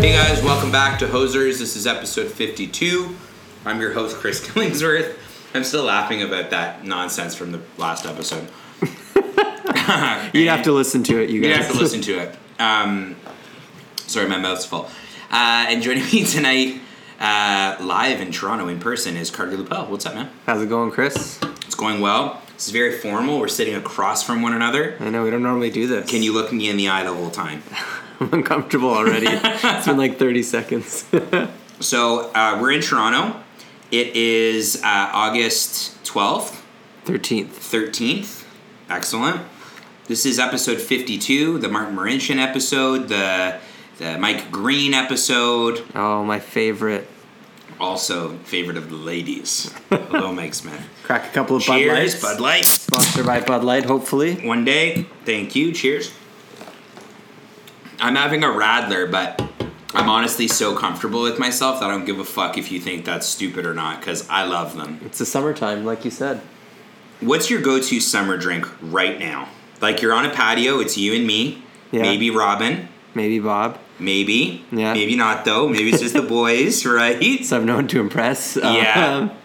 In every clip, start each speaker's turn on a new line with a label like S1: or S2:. S1: Hey guys, welcome back to Hosers. This is episode 52. I'm your host, Chris Killingsworth. I'm still laughing about that nonsense from the last episode.
S2: You'd have to listen to it, you guys.
S1: You have to listen to it. Um, sorry, my mouth's full. Uh, and joining me tonight, uh, live in Toronto in person, is Carter Lupel. What's up, man?
S2: How's it going, Chris?
S1: It's going well. This is very formal. We're sitting across from one another.
S2: I know we don't normally do this.
S1: Can you look me in the eye the whole time?
S2: I'm uncomfortable already. it's been like 30 seconds.
S1: So uh, we're in Toronto. It is uh, August 12th.
S2: 13th.
S1: 13th. Excellent. This is episode 52, the Martin Marincin episode, the, the Mike Green episode,
S2: Oh, my favorite.
S1: also favorite of the ladies. Hello, Mike Smith.
S2: Crack a couple of Bud
S1: Cheers,
S2: Lights.
S1: Bud Light.
S2: Sponsored by Bud Light, hopefully.
S1: One day, thank you. Cheers. I'm having a Radler, but I'm honestly so comfortable with myself that I don't give a fuck if you think that's stupid or not, because I love them.
S2: It's the summertime, like you said.
S1: What's your go to summer drink right now? Like you're on a patio, it's you and me,
S2: Yeah.
S1: maybe Robin.
S2: Maybe Bob.
S1: Maybe.
S2: Yeah.
S1: Maybe not though. Maybe it's just the boys, right?
S2: So I'm known to impress. Um,
S1: Yeah.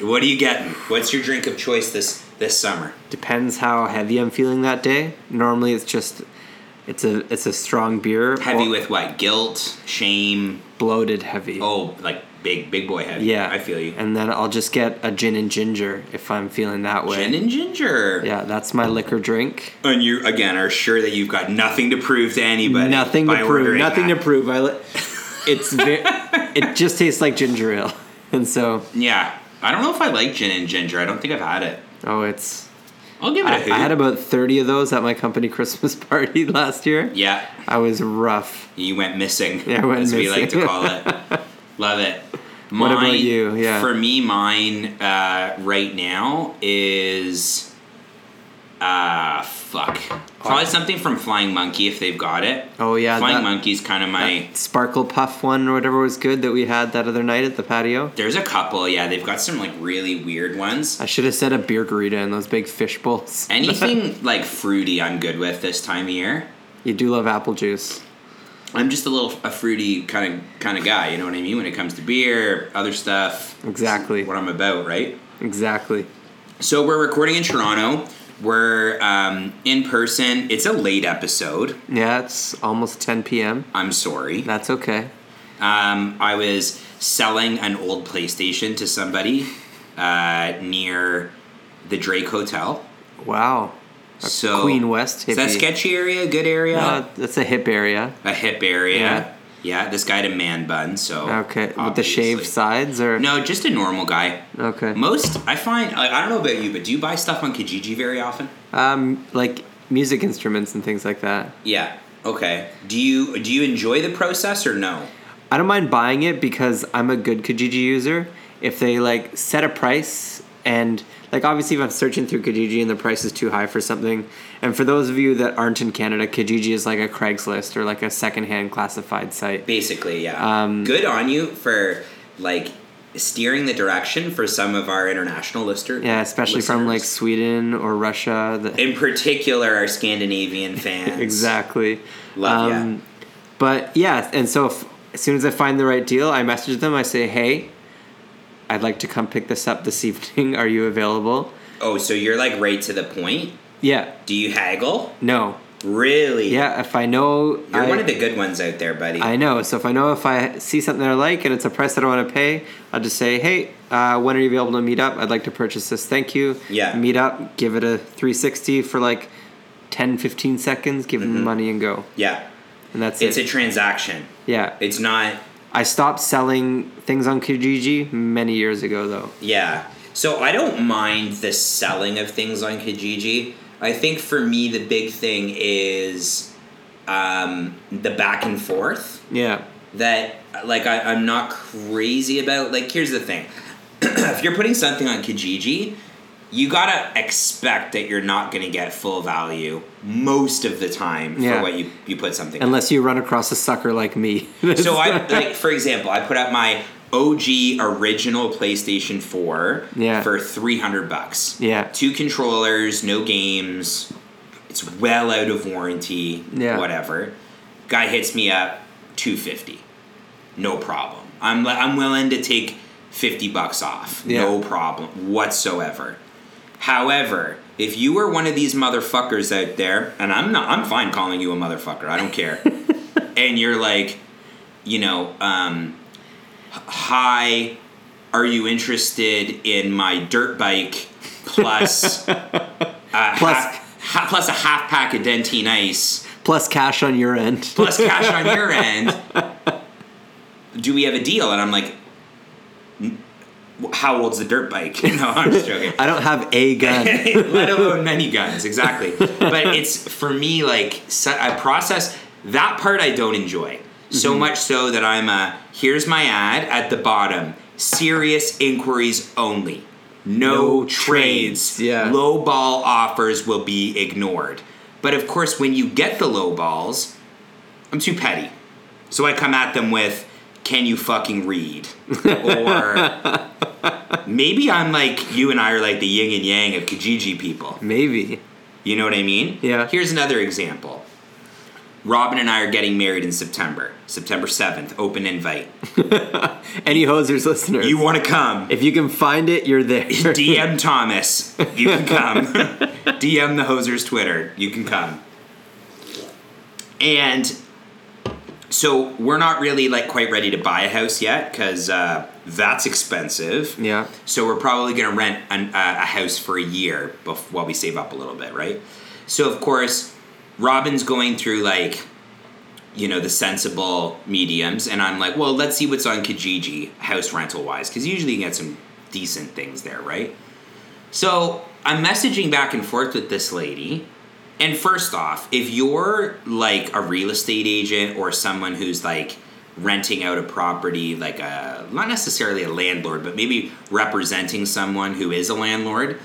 S1: What are you getting? What's your drink of choice this this summer?
S2: depends how heavy I'm feeling that day. Normally, it's just it's a it's a strong beer.
S1: Heavy
S2: or
S1: with what? Guilt, shame.
S2: bloated heavy.
S1: Oh, like big big boy heavy.
S2: yeah,
S1: I feel you.
S2: And then I'll just get a gin and ginger if I'm feeling that way.
S1: Gin and ginger.
S2: yeah, that's my liquor drink.
S1: And you again are sure that you've got nothing to prove to anybody.
S2: nothing
S1: by
S2: to prove.
S1: ordering
S2: Nothing
S1: that.
S2: to prove. I li- it's ve- it just tastes like ginger ale, and so
S1: Yeah. I don't know if I like gin and ginger. I don't think I've had it.
S2: oh, it's.
S1: I'll give it a
S2: I,
S1: hoot.
S2: I had about thirty of those at my company Christmas party last year.
S1: Yeah.
S2: I was rough.
S1: You went missing,
S2: Yeah, I went
S1: as we like to
S2: missing.
S1: call it. Love it.
S2: What about
S1: Mine-
S2: you? Yeah.
S1: For me, mine uh, right now is uh fuck. Probably something from Flying Monkey if they've got it.
S2: Oh, yeah,
S1: Flying
S2: that-
S1: Monkey's kind of my.
S2: Sparkle puff one or whatever was good that we had that other night at the patio.
S1: There's a couple. Yeah, they've got some like really weird ones.
S2: I should have said a beer garita in those big fish bowls.
S1: Anything like fruity, I'm good with this time of year.
S2: you do love apple juice.
S1: I'm just a little a fruity kind of kind of guy. You know what I mean when it comes to beer, other stuff.
S2: Exactly.
S1: What I'm about, right?
S2: Exactly.
S1: So we're recording in Toronto. We're um, in person. It's a late episode.
S2: Yeah, it's almost 10 p.m.
S1: I'm sorry.
S2: That's okay.
S1: Um, I was selling an old PlayStation to somebody uh, near the Drake Hotel.
S2: Wow.
S1: so
S2: Queen West
S1: Is that
S2: hippie.
S1: sketchy area? Good area.
S2: Uh, that's a hip area.
S1: a hip area. Yeah. This guy had a man bun, so
S2: Okay, with the
S1: obviously.
S2: shaved sides or
S1: No, just a normal guy.
S2: Okay.
S1: Most I find I I don't know about you, but do you buy stuff on Kijiji very often?
S2: Um, like music instruments and things like that.
S1: Yeah. Okay. Do you do you enjoy the process or no?
S2: I don't mind buying it because I'm a good Kijiji user. If they like set a price and like obviously if I'm searching through Kijiji and the price is too high for something, and for those of you that aren't in Canada, Kijiji is like a Craigslist or like a secondhand classified site.
S1: Basically, yeah.
S2: Um,
S1: Good on you for like steering the direction for some of our international lister.
S2: Yeah, especially from like
S1: listeners.
S2: Sweden or Russia. The,
S1: in particular our Scandinavian fans.
S2: exactly. Um,
S1: Love ya.
S2: But yeah, and so if, as soon as I find the right deal, I message them. I say, "Hey, I'd like to come pick this up this evening. Are you available?"
S1: Oh, so you're like right to the point.
S2: Yeah.
S1: Do you haggle?
S2: No.
S1: Really?
S2: Yeah. If I know,
S1: You're
S2: I,
S1: one of the good ones out there, buddy.
S2: I know. So if I know if I see something that I like and it's a price that I want to pay, I'll just say, "Hey, uh, when are you available to meet up? I'd like to purchase this. Thank you."
S1: Yeah.
S2: Meet up. Give it a 360 for like 10, 15 seconds. Give them the money and go.
S1: yeah.
S2: and that's
S1: Mm-hmm. It's a
S2: it.
S1: transaction.
S2: yeah,
S1: It's not
S2: I stopped selling things on Kijiji many years ago though.
S1: Yeah. So I don't mind the selling of things on Kijiji. I think for me the big thing is um, the back and forth
S2: Yeah,
S1: that like I, I'm not crazy about. Like here's the thing: if you're putting something on Kijiji, you gotta expect that you're not gonna get full value most of the time
S2: Yeah.
S1: for what you you put something. on.
S2: unless you run across a sucker like me.
S1: So I like for example, I put out my OG original PlayStation 4
S2: Yeah.
S1: for 300 bucks.
S2: Yeah.
S1: Two controllers, no games. It's well out of warranty,
S2: Yeah.
S1: whatever. Guy hits me up 250. No problem. I'm I'm willing to take 50 bucks off. No
S2: Yeah.
S1: problem whatsoever. However, if you were one of these motherfuckers out there, and I'm not, I'm fine calling you a motherfucker. I don't care. and you're like, you know, um, h- hi, are you interested in my dirt bike plus a
S2: Plus-
S1: half, ha, plus a half pack of dentine ice
S2: plus cash on your end.
S1: plus cash on your end? Do we have a deal? And I'm like, "N- how old's the dirt bike? No, I'm just joking.
S2: I don't have a gun.
S1: let alone many guns exactly but it's for me like so- i process that part i don't enjoy so much so that i'm a here's my ad at the bottom serious inquiries only no,
S2: No
S1: trades,
S2: trades, yeah.
S1: low ball offers will be ignored but of course when you get the low balls i'm too petty so i come at them with can you fucking read or Maybe I'm like you and I are like the yin and yang of Kijiji people.
S2: Maybe.
S1: You know what I mean?
S2: Yeah.
S1: Here's another example. Robin and I are getting married in September. September 7th, open invite.
S2: Any hosers listeners.
S1: You want to come?
S2: if you can find it, you're there.
S1: DM Thomas. You can come. DM the Hoser's Twitter. You can come. And so we're not really like quite ready to buy a house yet because uh, that's expensive.
S2: Yeah.
S1: So we're probably going to rent an, uh, a house for a year bef- while we save up a little bit, right? So of course, Robin's going through like, you know, the sensible mediums, and I'm like, well, let's see what's on Kijiji house rental wise, because usually you get some decent things there, right? So I'm messaging back and forth with this lady. And first off, if you're like a real estate agent or someone who's like renting out a property, like a not necessarily a landlord, but maybe representing someone who is a landlord,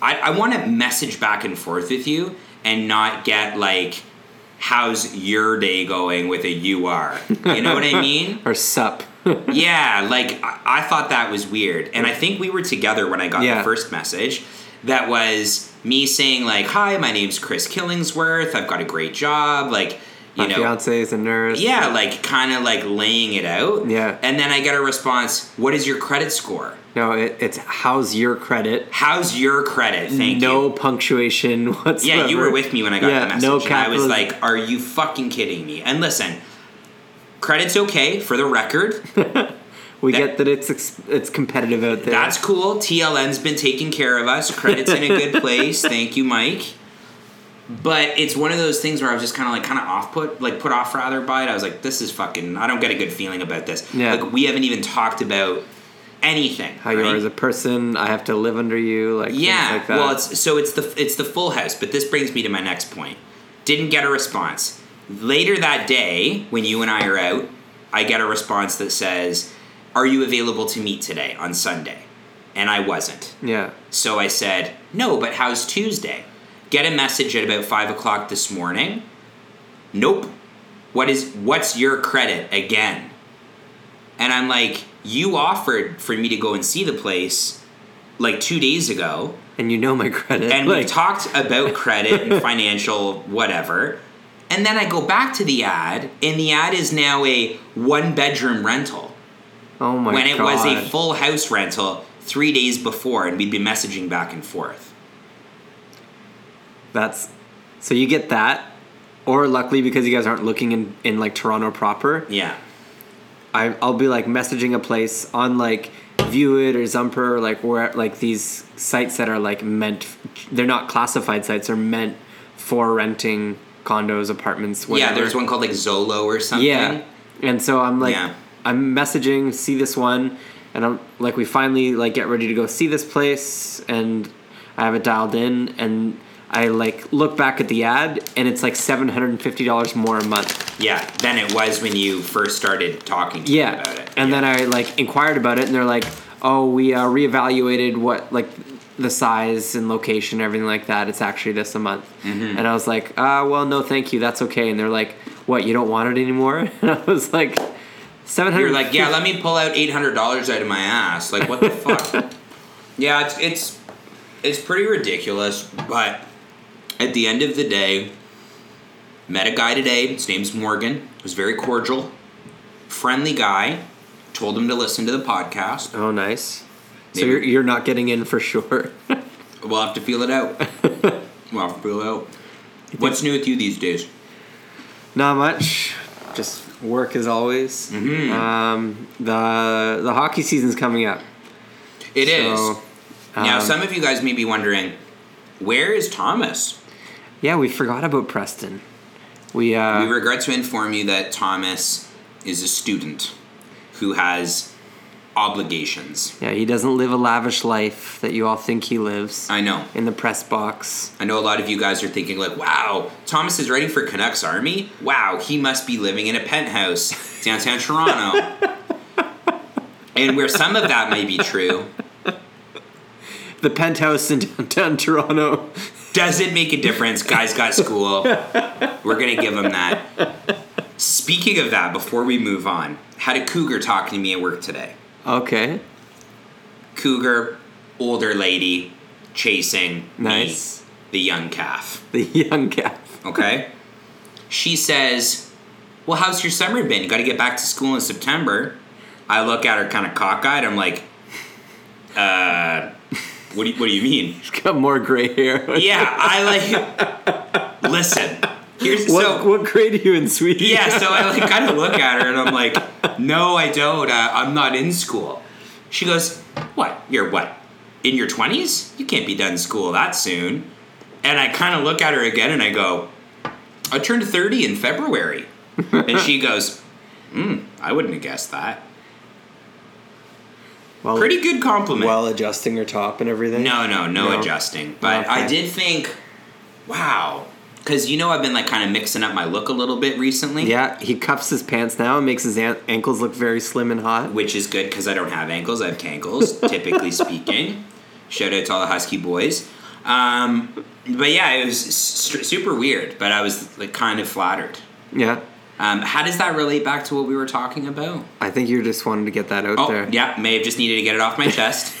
S1: I, I want to message back and forth with you and not get like, how's your day going with a you are? You know what I mean?
S2: Or sup.
S1: yeah, like I, I thought that was weird, and I think we were together when I got
S2: Yeah.
S1: the first message. That was me saying like, "Hi, my name's Chris Killingsworth. I've got a great job. Like, you
S2: My
S1: know,
S2: fiance is a nurse.
S1: yeah, like kind of like laying it out.
S2: Yeah.
S1: and then I get a response. What is your credit score?
S2: No, it, it's how's your credit?
S1: How's your credit? Thank
S2: no
S1: you.
S2: punctuation whatsoever.
S1: Yeah, you were with me when I got
S2: yeah,
S1: the message.
S2: No
S1: and I was
S2: capitalism.
S1: like, "Are you fucking kidding me?" And listen, credit's okay for the record.
S2: we
S1: that-
S2: get that it's ex- it's competitive out there.
S1: That's cool. TLN's been taking care of us. Credit's in a good place. Thank you, Mike. But it's one of those things where I was just kind of like, kind of off put, like put off rather by it. I was like, this is fucking. I don't get a good feeling about this.
S2: Yeah.
S1: Like we haven't even talked about anything.
S2: how you
S1: right?
S2: are as a person. I have to live under you. Like things
S1: Yeah.
S2: like that.
S1: Well, it's so it's the it's the full house, but this brings me to my next point. Didn't get a response. Later that day, when you and I are out, I get a response that says, "Are you available to meet today on Sunday?" And I wasn't.
S2: yeah.
S1: So I said, No, but how's Tuesday? Get a message at about five o'clock this morning. Nope. What is what's your credit again? And I'm like, you offered for me to go and see the place like two days ago.
S2: And you know my credit.
S1: And
S2: like,
S1: we've talked about credit and financial whatever. And then I go back to the ad, and the ad is now a one bedroom rental
S2: Oh my
S1: when
S2: god.
S1: it was a full house rental three days before, and we'd be messaging back and forth.
S2: That's so you get that, or luckily because you guys aren't looking in in like Toronto proper.
S1: Yeah.
S2: I I'll be like messaging a place on like View It or Zumper or like where like these sites that are like meant they're not classified sites are meant for renting condos, apartments. Whatever.
S1: Yeah, there's one called like Zolo or something.
S2: Yeah, and so I'm like,
S1: Yeah.
S2: I'm messaging, see this one, and I'm like, we finally like get ready to go see this place, and I have it dialed in, and I like look back at the ad, and it's like seven hundred and fifty dollars more a month.
S1: Yeah, than it was when you first started talking to me
S2: Yeah.
S1: about it.
S2: And then I like inquired about it, and they're like, "Oh, we uh, reevaluated what like the size and location, and everything like that. It's actually this a month." And I was like, "Ah, well, no, thank you. That's okay." And they're like, "What? You don't want it anymore?" And I was like, 700
S1: You're like, yeah, let me pull out eight hundred dollars out of my ass. Like, what the fuck? Yeah, it's it's it's pretty ridiculous, but at the end of the day, met a guy today. His name's Morgan. Was very cordial, friendly guy. Told him to listen to the podcast.
S2: Oh, nice. So
S1: Maybe.
S2: you're you're not getting in for sure.
S1: We'll have to feel it out. we'll have to feel it out. What's new with you these days?
S2: not much. Just work as always. Um, the the hockey season's coming up.
S1: It is
S2: So,
S1: now.
S2: um,
S1: Some of you guys may be wondering, where is Thomas?
S2: Yeah, we forgot about Preston. We uh,
S1: We regret to inform you that Thomas is a student who has obligations.
S2: Yeah, he doesn't live a lavish life that you all think he lives
S1: I know.
S2: in the press box.
S1: I know a lot of you guys are thinking like, "Wow, Thomas is ready for Canucks Army. Wow, he must be living in a penthouse downtown Toronto." and where some of that may be true,
S2: The penthouse in downtown Toronto.
S1: does it make a difference? Guys got school. We're gonna give him that. Speaking of that, before we move on, had a cougar talking to me at work today.
S2: Okay,
S1: cougar, older lady, chasing
S2: Nice.
S1: me, the young calf.
S2: the young cat.
S1: Okay? she says, Well, how's your summer been? You gotta get back to school in September. I look at her kind of cockeyed. I'm like, Uh, what do you, what do you mean?
S2: She's got more gray hair.
S1: yeah, I like, listen. Here's
S2: What,
S1: so.
S2: what grade are you in, sweetie?
S1: yeah, so I like kind of look at her and I'm like, no, I don't. Uh, I'm not in school. She goes, what? You're what? In your 20s? You can't be done school that soon. And I kind of look at her again and I go, I turned 30 in February. and she goes, mm, I wouldn't have guessed that.
S2: Well,
S1: Pretty good compliment.
S2: While adjusting her top and everything.
S1: No, no, no,
S2: No.
S1: adjusting. But
S2: Okay.
S1: I did think, wow. Because you know, I've been like kind of mixing up my look a little bit recently.
S2: Yeah, he cuffs his pants now and makes his an- ankles look very slim and hot.
S1: which is good because I don't have ankles. I have cankles, typically speaking. Shout out to all the Husky boys. Um, but yeah, it was s- super weird, but I was like kind of flattered.
S2: Yeah,
S1: Um, how does that relate back to what we were talking about?
S2: I think you just wanted to get that out
S1: Oh,
S2: there.
S1: yeah, may have just needed to get it off my chest.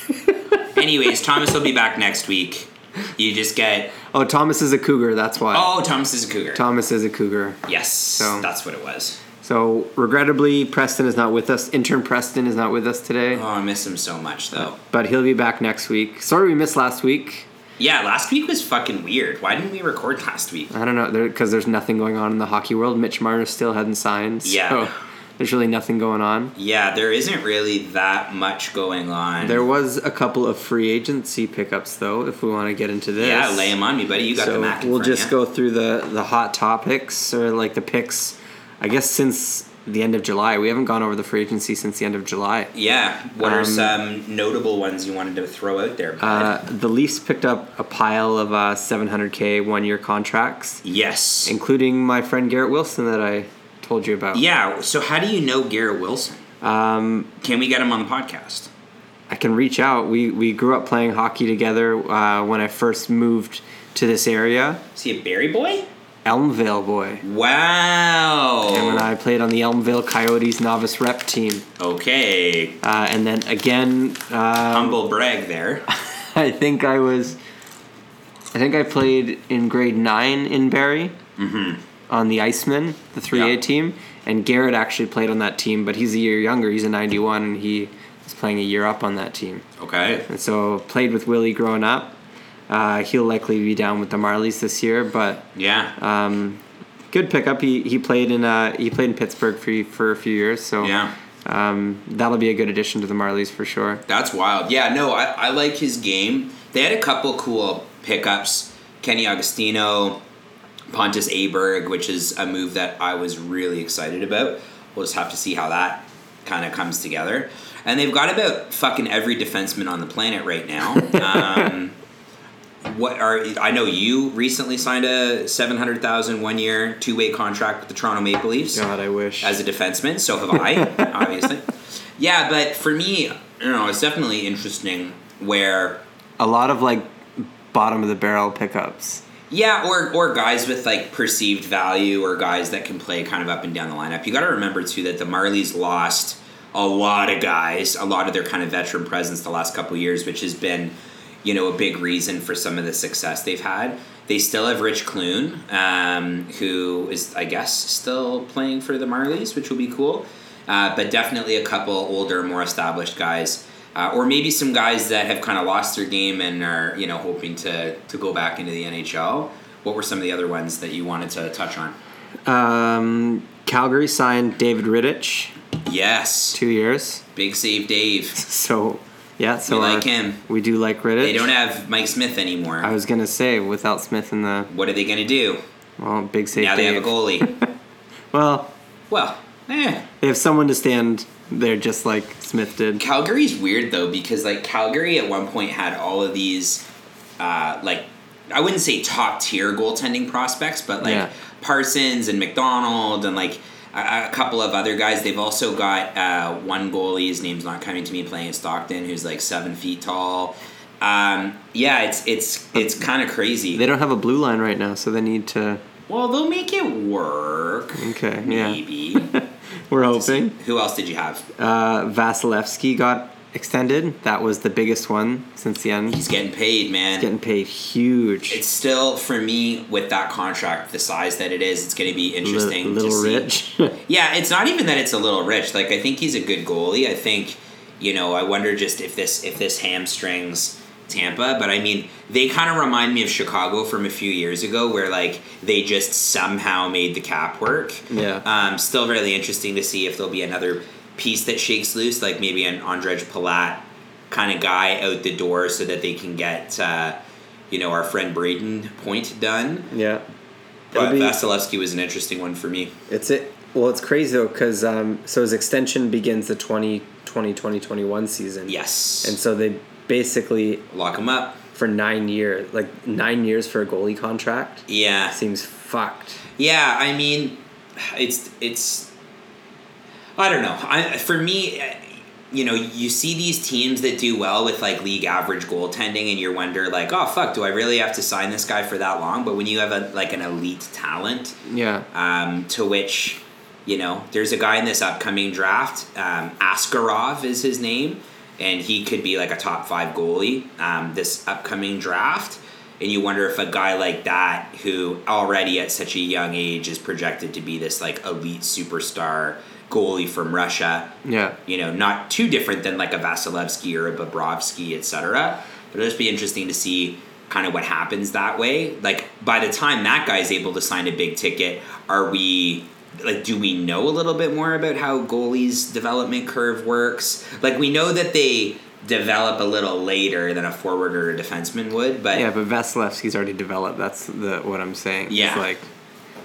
S1: Anyways, Thomas will be back next week. You just get
S2: Oh, Thomas is a cougar. That's why.
S1: oh, Thomas is a cougar.
S2: Thomas is a cougar.
S1: yes,
S2: So-
S1: that's what it was.
S2: So regrettably, Preston is not with us. Intern Preston is not with us today,
S1: Oh, I miss him so much though.
S2: but he'll be back next week. Sorry we missed last week.
S1: Yeah, last week was fucking weird. Why didn't we record last week?
S2: I don't know because there's nothing going on in the hockey world. Mitch Marner still hadn't signed.
S1: Yeah.
S2: So there's really nothing going on.
S1: Yeah, there isn't really that much going on.
S2: There was a couple of free agency pickups though. If we want to get into this,
S1: yeah, lay them on me, buddy. You got
S2: so
S1: the Mac. in
S2: we'll
S1: front
S2: just
S1: of you.
S2: go through the the hot topics or like the picks. I guess since the end of July, we haven't gone over the free agency since the end of July.
S1: Yeah, what are
S2: Um,
S1: some notable ones you wanted to throw out there?
S2: Uh,
S1: bud?
S2: the Leafs picked up a pile of uh, 700k one year contracts,
S1: yes.
S2: including my friend Garrett Wilson that I told you about.
S1: yeah. So how do you know Garrett Wilson?
S2: Um,
S1: Can we get him on the podcast?
S2: I can reach out. We we grew up playing hockey together uh, when I first moved to this area,
S1: Is he a Barry boy?
S2: Elmvale boy.
S1: Wow.
S2: Him and I played on the Elmville Coyotes novice rep team,
S1: Okay.
S2: uh, and then again, uh,
S1: Humble brag there.
S2: I think I was, I think I played in grade nine in Barrie on the Iceman, the three A
S1: Mm-hmm. Yeah.
S2: team, and Garrett actually played on that team, but he's a year younger. He's a ninety one, and he was playing a year up on that team.
S1: Okay.
S2: And so played with Willie growing up. Uh, he'll likely be down with the Marlies this year, but
S1: Yeah.
S2: um, good pickup. He he played in uh, he played in Pittsburgh for for a few years, so
S1: Yeah.
S2: um, that'll be a good addition to the Marlies for sure.
S1: That's wild. Yeah, no, I, I like his game. They had a couple cool pickups. Kenny Agostino, Pontus Aberg, which is a move that I was really excited about. We'll just have to see how that kind of comes together. And they've got about fucking every defenseman on the planet right now. Um, what are I know you recently signed a 700,000 one year two way contract with the Toronto Maple Leafs
S2: God, I wish.
S1: as a defenseman. So have I, obviously. Yeah, but for me, you know, it's definitely interesting where
S2: a lot of like bottom of the barrel pickups.
S1: yeah, or or guys with like perceived value or guys that can play kind of up and down the lineup. You got to remember too that the Marlies lost a lot of guys, a lot of their kind of veteran presence the last couple years, which has been, you know, a big reason for some of the success they've had. They still have Rich Clune, um, who is, I guess, still playing for the Marlies, which will be cool. Uh, but definitely a couple older, more established guys, uh, or maybe some guys that have kind of lost their game and are, you know, hoping to to go back into the NHL. What were some of the other ones that you wanted to touch on?
S2: Um, Calgary signed David Riddich,
S1: Yes,
S2: two years.
S1: big save, Dave.
S2: So, yeah, so
S1: We
S2: uh,
S1: like him.
S2: We do like Riddich.
S1: They don't have Mike Smith anymore.
S2: I was gonna say without Smith in the
S1: what are they gonna do?
S2: well big save.
S1: now they have
S2: Dave.
S1: a goalie.
S2: Well,
S1: well, eh.
S2: they have someone to stand there, just like Smith did.
S1: Calgary's weird though because like Calgary at one point had all of these, uh, like I wouldn't say top tier goaltending prospects, but like
S2: Yeah.
S1: Parsons and McDonald and like a, a couple of other guys. They've also got uh, one goalie. His name's not coming to me. Playing in Stockton, who's like seven feet tall. Um, yeah, it's it's it's kind of crazy.
S2: They don't have a blue line right now, so they need to.
S1: well, they'll make it work.
S2: Okay, yeah.
S1: maybe.
S2: We're hoping.
S1: Who else did you have?
S2: Uh, Vasilevsky got extended. That was the biggest one since the end.
S1: He's getting paid, man.
S2: getting paid huge.
S1: It's still for me with that contract, the size that it is, it's going to be
S2: Li-
S1: interesting. to
S2: little
S1: see.
S2: rich.
S1: Yeah, it's not even that it's a little rich. Like I think he's a good goalie. I think, you know, I wonder just if this if this hamstrings Tampa. But I mean, they kind of remind me of Chicago from a few years ago, where like they just somehow made the cap work.
S2: Yeah.
S1: Um, still really interesting to see if there'll be another piece that shakes loose, like maybe an Andrej Palat kind of guy out the door, so that they can get. Uh, you know, our friend Braden Point done.
S2: yeah. It'll
S1: But
S2: be-
S1: Vasilevsky was an interesting one for me.
S2: It's it. Well, it's crazy though, because um, so his extension begins the 2020 2021 season.
S1: Yes.
S2: And so they basically,
S1: lock him up.
S2: for nine years, like nine years for a goalie contract
S1: Yeah.
S2: seems fucked.
S1: Yeah, I mean, it's it's. I don't know. I for me, eh, you know, you see these teams that do well with like league average goaltending, and you wonder like, oh fuck, do I really have to sign this guy for that long? But when you have a like an elite talent,
S2: Yeah.
S1: um, to which, you know, there's a guy in this upcoming draft, um, Askarov is his name, and he could be like a top five goalie um, this upcoming draft. And you wonder if a guy like that, who already at such a young age is projected to be this like elite superstar goalie from Russia,
S2: Yeah.
S1: you know, not too different than like a Vasilevsky or a Bobrovsky, etc. But it'll just be interesting to see kind of what happens that way. Like by the time that guy's able to sign a big ticket, are we like do we know a little bit more about how goalies development curve works? Like we know that they develop a little later than a forward or a defenseman would, but
S2: Yeah, but Vasilevsky's already developed. That's the what I'm saying. It's
S1: Yeah.
S2: like,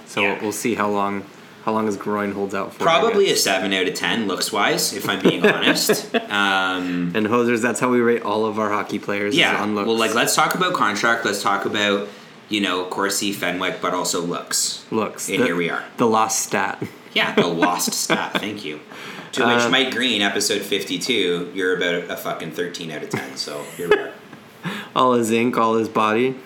S2: so
S1: Yeah.
S2: we'll see how long, how long his groin holds out for. I
S1: probably a
S2: guess.
S1: 7 out of 10 looks wise if I'm being honest. Um
S2: And hosers, that's how we rate all of our hockey players. is
S1: Yeah.
S2: On looks.
S1: Well, like let's talk about contract. Let's talk about you know Corsi Fenwick, but also looks.
S2: looks.
S1: And
S2: The-
S1: here we are.
S2: The lost stat.
S1: Yeah, the lost stat. Thank you. To which
S2: Um,
S1: Mike Green, episode fifty-two, you're about a fucking thirteen out of ten. So here we are.
S2: All his ink, all his body.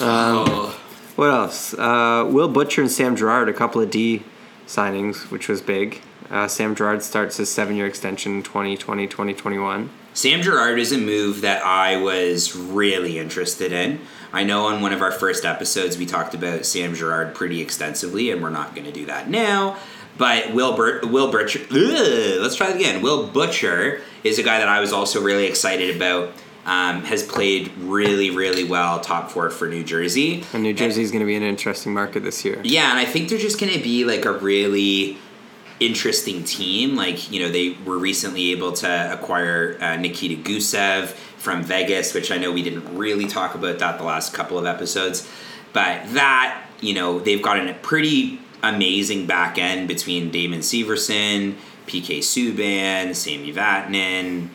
S1: oh,
S2: What else? Uh, Will Butcher and Sam Gerard, a couple of D signings, which was big. Uh, Sam Gerard starts his seven year extension 2020 2021.
S1: Sam Gerard is a move that I was really interested in. I know on one of our first episodes we talked about Sam Gerard pretty extensively, and we're not going to do that now. But Will Bur- Will Butcher, ugh, let's try it again. Will Butcher is a guy that I was also really excited about. Um, has played really, really well, top four for New Jersey.
S2: And New Jersey is going to be an interesting market this year.
S1: Yeah, and I think they're just going to be like a really interesting team. Like, you know, they were recently able to acquire uh, Nikita Gusev from Vegas, which I know we didn't really talk about that the last couple of episodes. But that, you know, they've gotten a pretty amazing back end between Damon Severson, PK Subban, Sami Vatanen.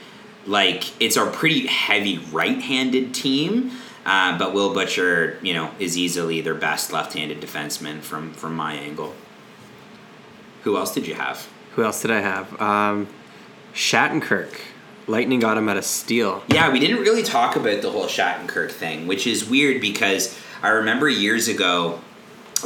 S1: Like, it's a pretty heavy right handed team. Uh, but Will Butcher, you know, is easily their best left-handed defenseman from from my angle. Who else did you have?
S2: Who else did I have? Um, Shattenkirk. Lightning got him at a steal.
S1: Yeah, we didn't really talk about the whole Shattenkirk thing, which is weird because I remember years ago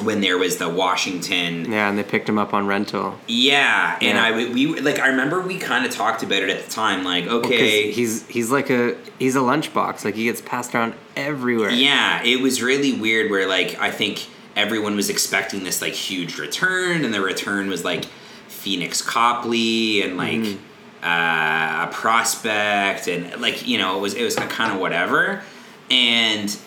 S1: when there was the Washington.
S2: Yeah, and they picked him up on rental.
S1: Yeah, and I w- we like I remember we kind of talked about it at the time, like
S2: Well, 'cause
S1: okay,
S2: he's he's like a he's a lunchbox. Like he gets passed around everywhere.
S1: Yeah, it was really weird where like I think everyone was expecting this like huge return and the return was like Phoenix Copley and like
S2: Mm-hmm.
S1: uh, a prospect and like you know it was it was kind of whatever and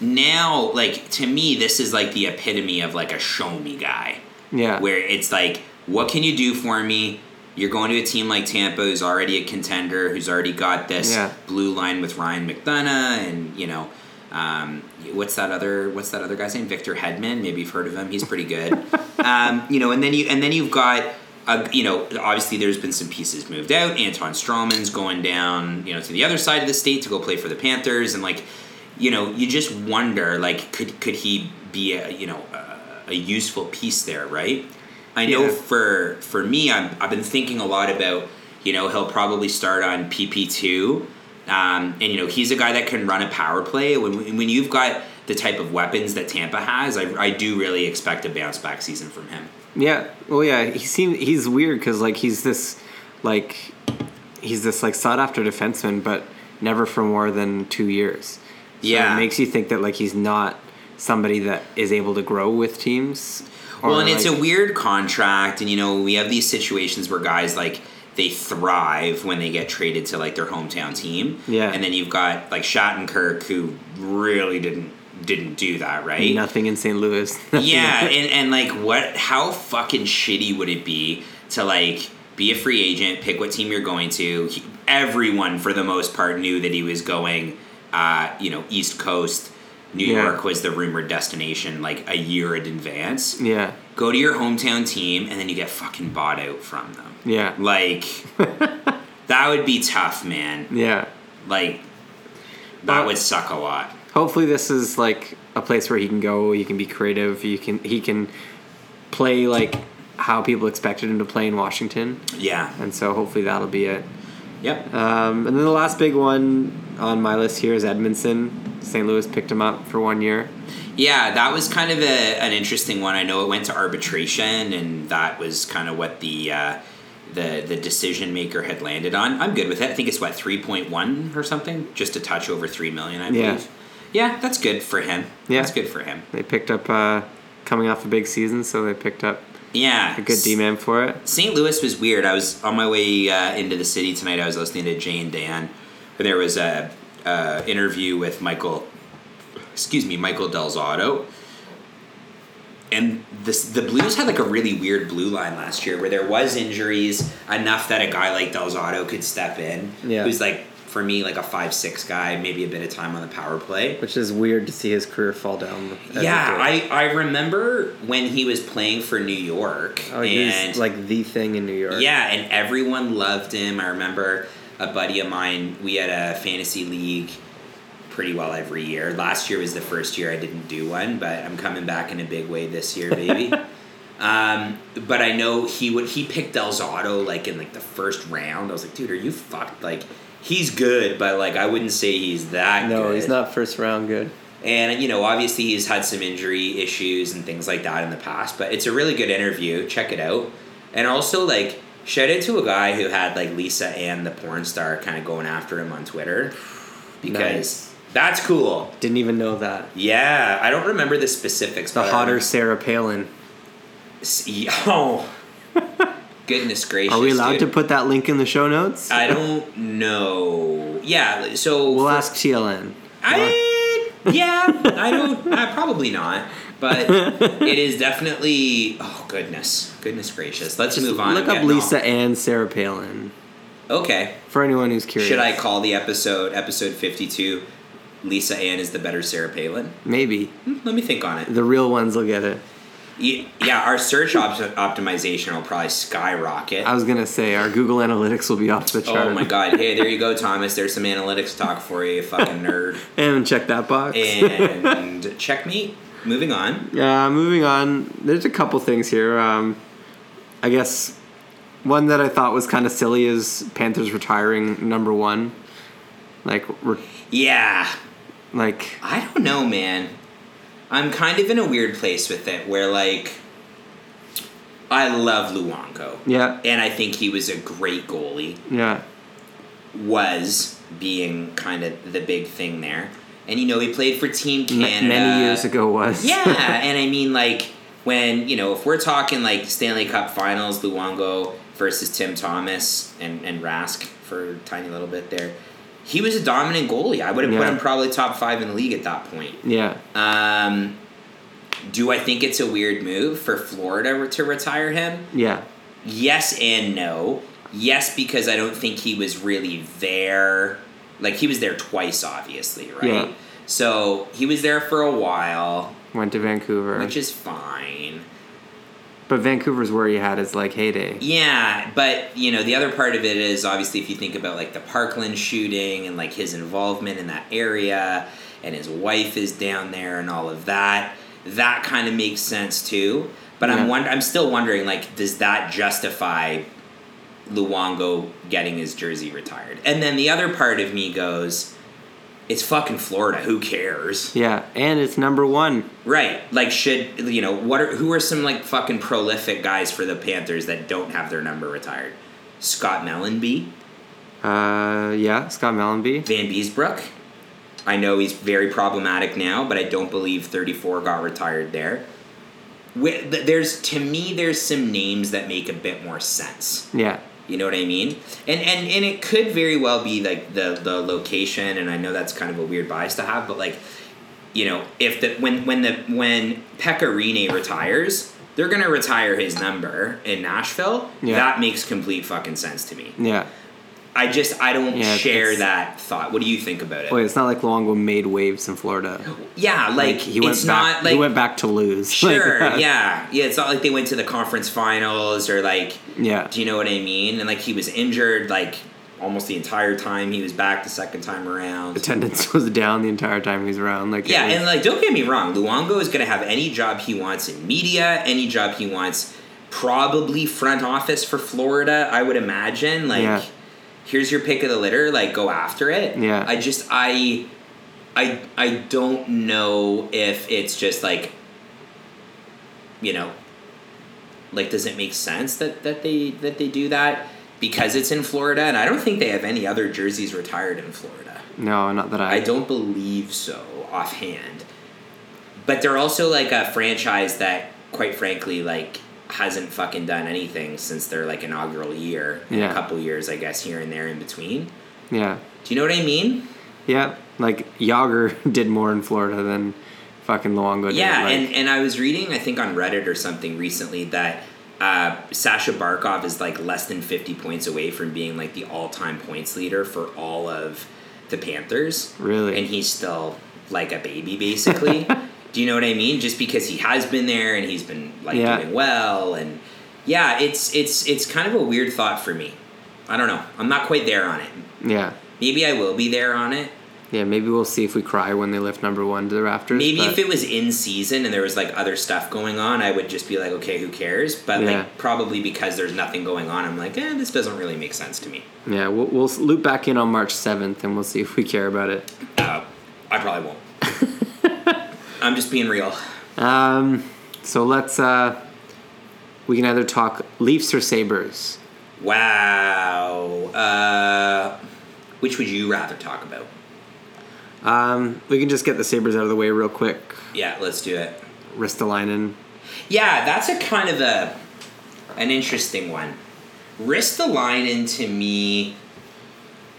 S1: now like to me this is like the epitome of like a show me guy
S2: Yeah.
S1: where it's like, what can you do for me? You're going to a team like Tampa, who's already a contender, who's already got this
S2: Yeah.
S1: blue line with Ryan McDonough, and you know, um, what's that other what's that other guy's name? Victor Hedman. Maybe you've heard of him. He's pretty good. um, you know, and then you and then you've got. Uh, you know, obviously, there's been some pieces moved out. Anton Strawman's going down, you know, to the other side of the state to go play for the Panthers, and like, you know, you just wonder, like, could could he be, a, you know, a, a useful piece there, right? I know
S2: Yeah.
S1: for for me, I'm, I've been thinking a lot about, you know, he'll probably start on PP two, um, and you know, he's a guy that can run a power play. When when you've got the type of weapons that Tampa has, I, I do really expect a bounce back season from him.
S2: Yeah. Well, yeah. He seemed he's weird because like he's this like he's this like sought after defenseman, but never for more than two years. So
S1: Yeah.
S2: It makes you think that like he's not somebody that is able to grow with teams. or,
S1: well, and it's a
S2: like-
S1: weird contract, and you know we have these situations where guys like they thrive when they get traded to like their hometown team.
S2: Yeah.
S1: and then you've got like Shattenkirk who really didn't didn't do that, right?
S2: nothing in St. Louis. Nothing
S1: yeah,
S2: in-
S1: and, and like what? How fucking shitty would it be to like be a free agent, pick what team you're going to? He, everyone, for the most part, knew that he was going. Uh, you know, East Coast, New
S2: Yeah.
S1: York was the rumored destination like a year in advance.
S2: yeah.
S1: Go to your hometown team, and then you get fucking bought out from them.
S2: Yeah.
S1: Like that would be tough, man.
S2: Yeah.
S1: Like that
S2: But-
S1: would suck a lot.
S2: hopefully this is like a place where he can go he can be creative you can he can play like how people expected him to play in washington
S1: Yeah.
S2: and so hopefully that'll be it
S1: Yep.
S2: um, and then the last big one on my list here is edmondson st louis picked him up for one year
S1: Yeah, that was kind of a, an interesting one. I know it went to arbitration, and that was kind of what the uh, the the decision maker had landed on. I'm good with it. I think it's what three point one or something, just a touch over three million. I
S2: Yeah.
S1: believe. Yeah, that's good for him.
S2: Yeah.
S1: that's good for him.
S2: they picked up uh, coming off a big season so they picked up
S1: Yeah,
S2: a good d-man for it
S1: St. Louis was weird. I was on my way uh, into the city tonight. I was listening to Jay and Dan, and there was a uh, interview with Michael, excuse me, Michael Delzato. And this, the Blues had like a really weird blue line last year, where there was injuries enough that a guy like Delzato could step in,
S2: Yeah.
S1: who's like for me like a five six guy, maybe a bit of time on the power play.
S2: which is weird to see his career fall down as it
S1: Yeah,
S2: did.
S1: I, I remember when he was playing for New York.
S2: oh
S1: and
S2: he was like the thing in new york
S1: yeah, and everyone loved him. I remember a buddy of mine, we had a fantasy league pretty well every year. Last year was the first year I didn't do one, but I'm coming back in a big way this year, baby. um, but I know he would he picked Delzato like in like the first round. I was like, dude, are you fucked? Like he's good, but like I wouldn't say he's that
S2: no
S1: good.
S2: he's not first round good
S1: And you know, obviously he's had some injury issues and things like that in the past, but it's a really good interview. Check it out. And also like shout out to a guy who had like Lisa and the porn star kind of going after him on Twitter because
S2: Nice.
S1: that's cool.
S2: didn't even know that
S1: Yeah, I don't remember the specifics.
S2: The
S1: but I
S2: hotter
S1: rem-
S2: Sarah Palin.
S1: S- Oh, goodness gracious!
S2: Are we allowed
S1: dude.
S2: to put that link in the show notes?
S1: I don't know. Yeah, so
S2: we'll
S1: for-
S2: ask TLN.
S1: I yeah, I don't. I probably not, but it is definitely. Oh goodness, goodness gracious. Let's move on.
S2: Look
S1: I'm
S2: up
S1: getting
S2: Lisa and Sarah Palin
S1: off. Okay.
S2: for anyone who's curious.
S1: Should I call the episode episode fifty two? Lisa Ann is the better Sarah Palin?
S2: Maybe.
S1: Hmm, Let me think on it.
S2: The real ones will get it.
S1: Ye- Yeah, our search op- optimization will probably skyrocket.
S2: I was going to say, our Google Analytics will be off the chart.
S1: Oh my god! Hey, there you go, Thomas. There's some analytics talk for you, you fucking nerd.
S2: And check that box.
S1: And checkmate. Moving on.
S2: Yeah, moving on. There's a couple things here. Um, I guess one that I thought was kind of silly is Panthers retiring number one. Like, re-
S1: Yeah,
S2: like
S1: I don't know, man. I'm kind of in a weird place with it, where like, I love Luongo,
S2: yeah,
S1: and I think he was a great goalie.
S2: yeah,
S1: Was being kind of the big thing there, and you know he played for Team
S2: Ma-
S1: Canada
S2: many years ago was
S1: Yeah, and I mean like when you know if we're talking like Stanley Cup Finals, Luongo versus Tim Thomas and and Rask for a tiny little bit there. He was a dominant goalie. I would have put
S2: Yeah.
S1: him probably top five in the league at that point.
S2: yeah,
S1: Um, do I think it's a weird move for Florida to retire him?
S2: yeah,
S1: Yes and no. Yes, because I don't think he was really there. Like he was there twice, obviously, right?
S2: Yeah.
S1: So he was there for a while,
S2: went to Vancouver,
S1: which is fine.
S2: but Vancouver's where he had his like heyday.
S1: Yeah, but you know the other part of it is obviously if you think about like the Parkland shooting and like his involvement in that area, and his wife is down there and all of that. That kind of makes sense too. But
S2: Yeah.
S1: I'm wonder- I'm still wondering like does that justify Luongo getting his jersey retired? And then the other part of me goes, it's fucking Florida. Who cares?
S2: Yeah, and it's number one.
S1: Right. Like should you know what are who are some like fucking prolific guys for the Panthers that don't have their number retired? Scott Mellenby,
S2: Uh, yeah, Scott Mellenby.
S1: Van Beesbrook. I know he's very problematic now, but I don't believe 34 got retired there. Wi- th- There's to me there's some names that make a bit more sense.
S2: Yeah,
S1: You know what I mean? And and and it could very well be like the the location, and I know that's kind of a weird bias to have, but like, you know, if the when when the when Pecorine retires, they're gonna retire his number in Nashville.
S2: Yeah.
S1: That makes complete fucking sense to me.
S2: yeah.
S1: I just I don't
S2: Yeah,
S1: share
S2: it's-
S1: that thought. What do you think about it?
S2: Wait, Oh, it's not like Luongo made waves in Florida.
S1: yeah, like,
S2: he went
S1: it's
S2: back.
S1: not like
S2: he went back to lose.
S1: sure,
S2: Like, uh,
S1: yeah, yeah. It's not like they went to the conference finals or like
S2: yeah.
S1: Do you know what I mean? And like he was injured like almost the entire time he was back the second time around.
S2: attendance was down the entire time he was around. Like it
S1: Yeah,
S2: was-
S1: and like don't get me wrong, Luongo is gonna have any job he wants in media, any job he wants, probably front office for Florida, I would imagine. Like
S2: Yeah.
S1: here's your pick of the litter, like go after it.
S2: Yeah.
S1: I just I I I don't know if it's just like you know like does it make sense that that they that they do that because it's in Florida and I don't think they have any other jerseys retired in Florida.
S2: no, not that I.
S1: I don't believe so offhand. But they're also like a franchise that quite frankly like hasn't fucking done anything since their like inaugural year and
S2: Yeah.
S1: a couple years I guess here and there in between.
S2: Yeah,
S1: Do you know what I mean?
S2: yeah. Like Yager did more in Florida than fucking Luongo did.
S1: Yeah,
S2: like,
S1: and, and I was reading, I think on Reddit or something recently, that uh, Sasha Barkov is like less than 50 points away from being like the all time points leader for all of the Panthers.
S2: Really?
S1: And he's still like a baby, basically. Do you know what I mean? Just because he has been there and he's been like
S2: Yeah.
S1: doing well and yeah, it's it's it's kind of a weird thought for me. I don't know. I'm not quite there on it.
S2: yeah,
S1: Maybe I will be there on it.
S2: yeah. Maybe we'll see if we cry when they lift number one to the rafters.
S1: Maybe
S2: but-
S1: if it was in season and there was like other stuff going on, I would just be like, okay, who cares? But
S2: Yeah.
S1: like probably because there's nothing going on, I'm like, eh, this doesn't really make sense to me.
S2: yeah, we'll, we'll loop back in on March seventh and we'll see if we care about it.
S1: Uh, I probably won't. I'm just being real.
S2: Um, so let's. uh We can either talk Leafs or Sabers.
S1: Wow. Uh, which would you rather talk about?
S2: Um, we can just get the Sabers out of the way real quick.
S1: Yeah, let's do it.
S2: Ristolainen.
S1: Yeah, that's a kind of a an interesting one. Ristolainen to me,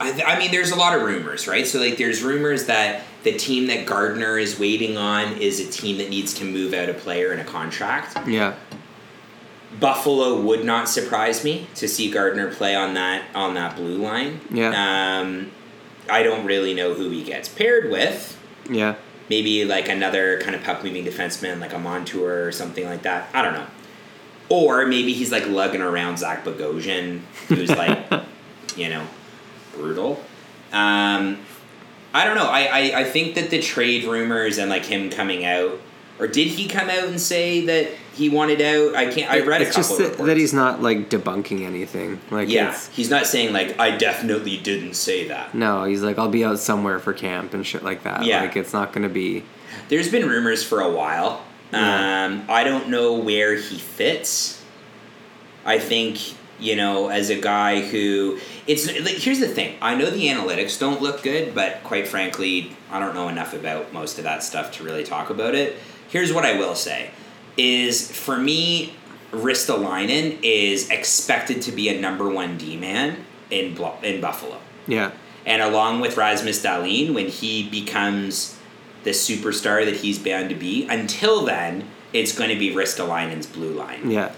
S1: I, I mean, there's a lot of rumors, right? So like, there's rumors that the team that Gardner is waiting on is a team that needs to move out a player in a contract.
S2: Yeah,
S1: Buffalo would not surprise me to see Gardner play on that on that blue line.
S2: Yeah.
S1: Um, I don't really know who he gets paired with.
S2: Yeah.
S1: maybe like another kind of puck moving defenseman, like a Montour or something like that. I don't know. Or maybe he's like lugging around Zach Bogosian, who's like, you know, brutal. Um, I don't know. I, I, I think that the trade rumors and like him coming out, or did he come out and say that he wanted out? I can't. I read a
S2: it's
S1: couple
S2: just
S1: of
S2: that,
S1: reports.
S2: that he's not like debunking anything. Like
S1: yeah,
S2: it's-
S1: he's not saying like I definitely didn't say that.
S2: no, he's like I'll be out somewhere for camp and shit like that.
S1: Yeah.
S2: Like it's not gonna be.
S1: There's been rumors for a while. Um, I don't know where he fits. I think you know, as a guy who it's like, here's the thing. I know the analytics don't look good, but quite frankly, I don't know enough about most of that stuff to really talk about it. Here's what I will say: is for me, Ristolainen is expected to be a number one D man in Blu- in Buffalo.
S2: Yeah.
S1: And along with Rasmus Dahlin, when he becomes the superstar that he's bound to be, until then, it's going to be Ristolainen's blue line.
S2: Yeah.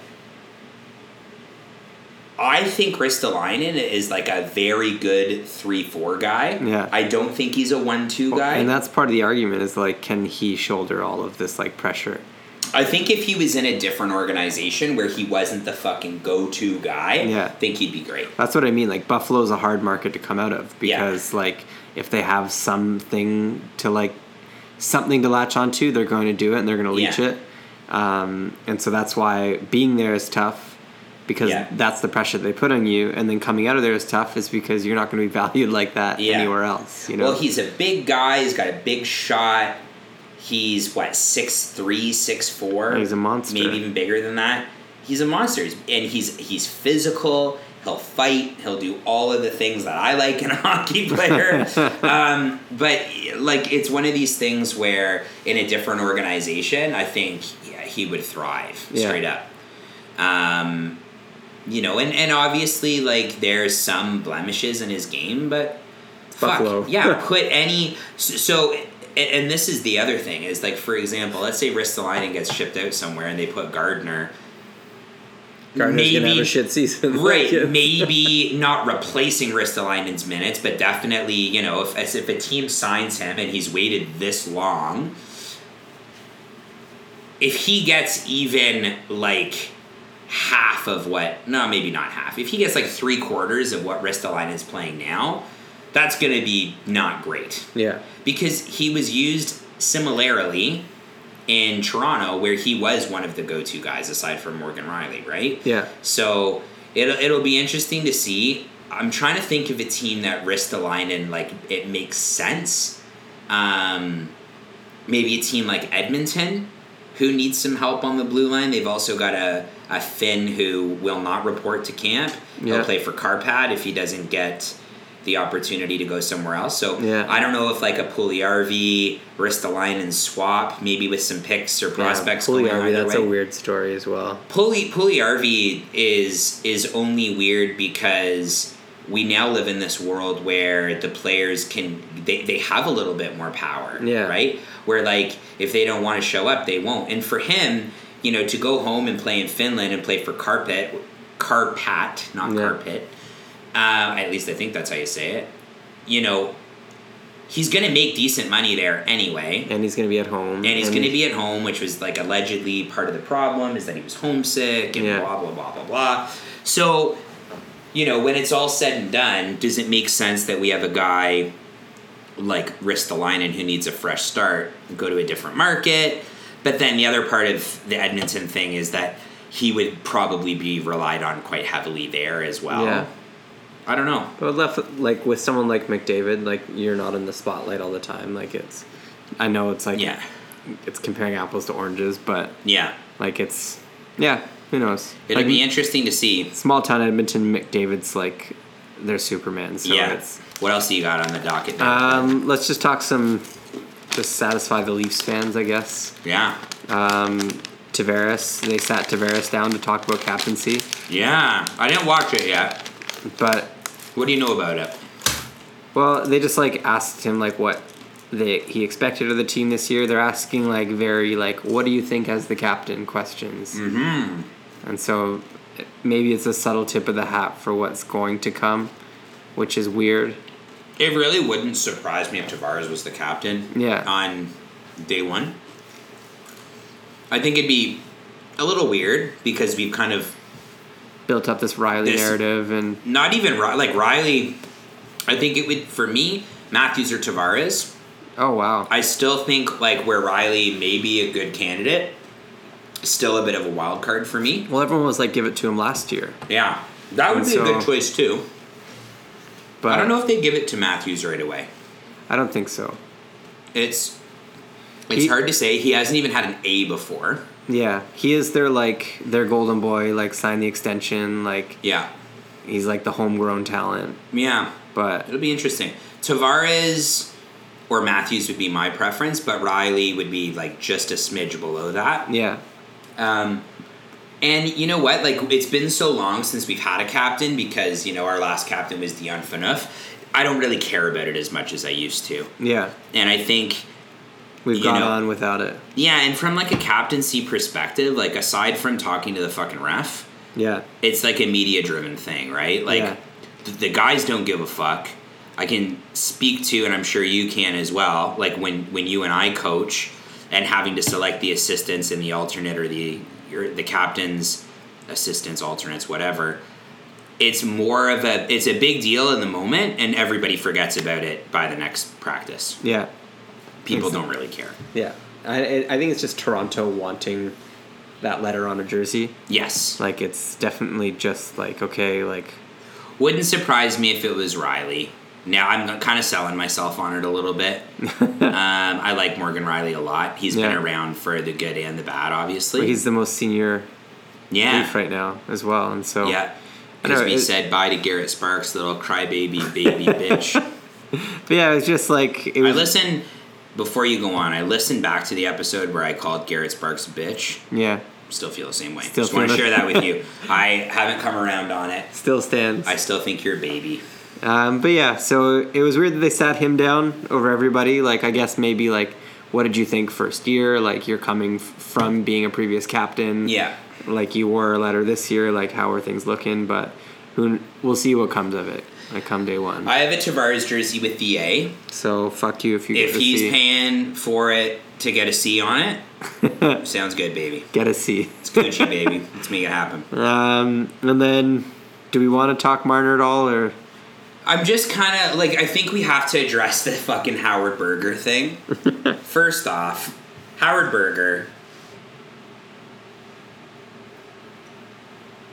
S1: I think Ristolainen is like a very good 3 4 guy.
S2: Yeah.
S1: I don't think he's a 1 2 guy.
S2: And that's part of the argument is like, can he shoulder all of this like pressure?
S1: I think if he was in a different organization where he wasn't the fucking go to guy,
S2: Yeah.
S1: I think he'd be great.
S2: That's what I mean. Like Buffalo's a hard market to come out of
S1: Yeah.
S2: because like if they have something to like something to latch onto, they're going to do it and they're going to leech
S1: Yeah.
S2: it. Um, and so that's why being there is tough because
S1: Yeah.
S2: that's the pressure they put on you. And then coming out of there is tough is because you're not going to be valued like that
S1: Yeah.
S2: anywhere else. You know.
S1: Well, he's a big guy, he's got a big shot. He's what six three, six four.
S2: He's a monster.
S1: Maybe even bigger than that. He's a monster, He's- and he's he's physical. He'll fight. He'll do all of the things that I like in a hockey player. um, but like, it's one of these things where in a different organization, I think yeah, he would thrive
S2: Yeah.
S1: straight up. Um, you know, and, and obviously, like, there's some blemishes in his game, but fuck,
S2: Buffalo.
S1: yeah, put any. So, so and, and this is the other thing is like, for example, let's say Ristolainen gets shipped out somewhere and they put Gardner.
S2: Gardner's gonna
S1: maybe-
S2: have a shit season.
S1: Right,
S2: Like,
S1: maybe not replacing Ristolainen's minutes, but definitely, you know, if as if a team signs him and he's waited this long, if he gets even like half of what no, maybe not half. If he gets like three quarters of what Ristolainen is playing now, that's gonna be not great
S2: Yeah.
S1: because he was used similarly in Toronto, where he was one of the go-to guys aside from Morgan Riley, right?
S2: Yeah.
S1: So it'll it'll be interesting to see. I'm trying to think of a team that risks the line and like it makes sense. Um, maybe a team like Edmonton, who needs some help on the blue line. They've also got a, a Finn who will not report to camp.
S2: Yeah.
S1: He'll play for Carpad if he doesn't get the opportunity to go somewhere else. So
S2: Yeah.
S1: I don't know if like a Puliarvi, Ristolainen swap, maybe with some picks or prospects
S2: yeah,
S1: going
S2: Puljujärvi,
S1: either
S2: that's
S1: way.
S2: a weird story as well.
S1: Pulley Puliarvi is is only weird because we now live in this world where the players can they, they have a little bit more power.
S2: Yeah.
S1: Right? Where like if they don't want to show up, they won't. And for him, you know, to go home and play in Finland and play for Carpet Carpat, not
S2: Yeah.
S1: Carpet. Uh, at least I think that's how you say it. You know, he's gonna make decent money there anyway
S2: And he's gonna be at home.
S1: and he's
S2: Mm-hmm.
S1: going to be at home, which was like allegedly part of the problem is that he was homesick and
S2: Yeah.
S1: blah blah blah blah blah. So, you know, when it's all said and done, does it make sense that we have a guy like Ristolainen who needs a fresh start go to a different market? But then the other part of the Edmonton thing is that he would probably be relied on quite heavily there as well.
S2: Yeah.
S1: I don't know.
S2: But left like with someone like McDavid, like you're not in the spotlight all the time. Like it's, I know it's like
S1: Yeah,
S2: it's comparing apples to oranges, but
S1: yeah.
S2: like it's yeah, who knows?
S1: It'll
S2: like,
S1: be interesting to see.
S2: small town Edmonton. McDavid's like they're Superman. So
S1: yeah.
S2: it's
S1: What else do you got on the docket? There?
S2: um, let's just talk some, just satisfy the Leafs fans, I guess.
S1: yeah.
S2: Um, Tavares, they sat Tavares down to talk about captaincy,
S1: Yeah, I didn't watch it yet.
S2: but
S1: What do you know about it?
S2: Well, they just like asked him like what they, he expected of the team this year. They're asking like very like what do you think as the captain questions. Mm-hmm. And so maybe it's a subtle tip of the hat for what's going to come, which is weird.
S1: It really wouldn't surprise me if Tavares was the captain.
S2: Yeah.
S1: On day one, I think it'd be a little weird because we've kind of
S2: Built up this Riley
S1: This-
S2: narrative, and
S1: not even Ri- like Riley. I think it would for me Matthews or Tavares.
S2: oh wow,
S1: I still think like where Riley may be a good candidate, still a bit of a wild card for me.
S2: well everyone was like, give it to him last year,
S1: Yeah, that would
S2: And
S1: be a good
S2: so-
S1: choice too.
S2: but
S1: I don't know if they give it to Matthews right away.
S2: I don't think so.
S1: It's it's
S2: He-
S1: hard to say. He hasn't even had an A before.
S2: Yeah, he is their like their golden boy. Like sign the extension. Like
S1: Yeah,
S2: he's like the homegrown talent.
S1: yeah.
S2: But
S1: It'll be interesting. Tavares or Matthews would be my preference, but Riley would be like just a smidge below that.
S2: yeah,
S1: Um, and you know what? Like it's been so long since we've had a captain because you know our last captain was Dion Phaneuf. I don't really care about it as much as I used to,
S2: yeah,
S1: and I think
S2: we've
S1: You
S2: gone
S1: know-
S2: on without it.
S1: yeah. And from like a captaincy perspective, like aside from talking to the fucking ref,
S2: Yeah,
S1: it's like a media driven thing, right? Like
S2: Yeah.
S1: th- the guys don't give a fuck. I can speak to, and I'm sure you can as well. Like when when you and I coach, and having to select the assistants and the alternate or the your, the captains, assistants, alternates, whatever. It's more of a it's a big deal in the moment, and everybody forgets about it by the next practice.
S2: yeah,
S1: People don't really care.
S2: yeah. I I I think it's just Toronto wanting that letter on a jersey.
S1: Yes,
S2: Like it's definitely just like okay, like
S1: wouldn't surprise me if it was Riley. Now I'm kind of selling myself on it a little bit. Um, I like Morgan Riley a lot. He's been
S2: Yeah.
S1: around for the good and the bad, obviously.
S2: he's the most senior
S1: yeah,
S2: leaf right now as well, and so
S1: yeah.
S2: I know,
S1: Because we
S2: it-
S1: said bye to Garrett Sparks, little crybaby, baby bitch.
S2: But yeah, it was just like it
S1: I
S2: was.
S1: listened before you go on. I listened back to the episode where I called Garrett Sparks a bitch.
S2: yeah,
S1: Still feel the same way.
S2: Still
S1: Just want to
S2: feel the-
S1: share that with you. I haven't come around on it.
S2: still stands.
S1: I still think you're a baby.
S2: Um, but yeah, so it was weird that they sat him down over everybody. Like, I guess maybe like, what did you think first year? Like, you're coming f- from being a previous captain.
S1: Yeah.
S2: Like you were a letter this year. Like, how are things looking? But who kn- we'll see what comes of it. Like come day one.
S1: I have a Tavares jersey with the A.
S2: so fuck you if you
S1: If
S2: get a
S1: he's
S2: C.
S1: paying for it to get a C on it, sounds good, baby.
S2: get a C.
S1: It's Gucci, baby. Let's make it happen.
S2: Um, and then, do we want to talk Marner at all? Or
S1: I'm just kind of like I think we have to address the fucking Howard Berger thing. First off, Howard Berger.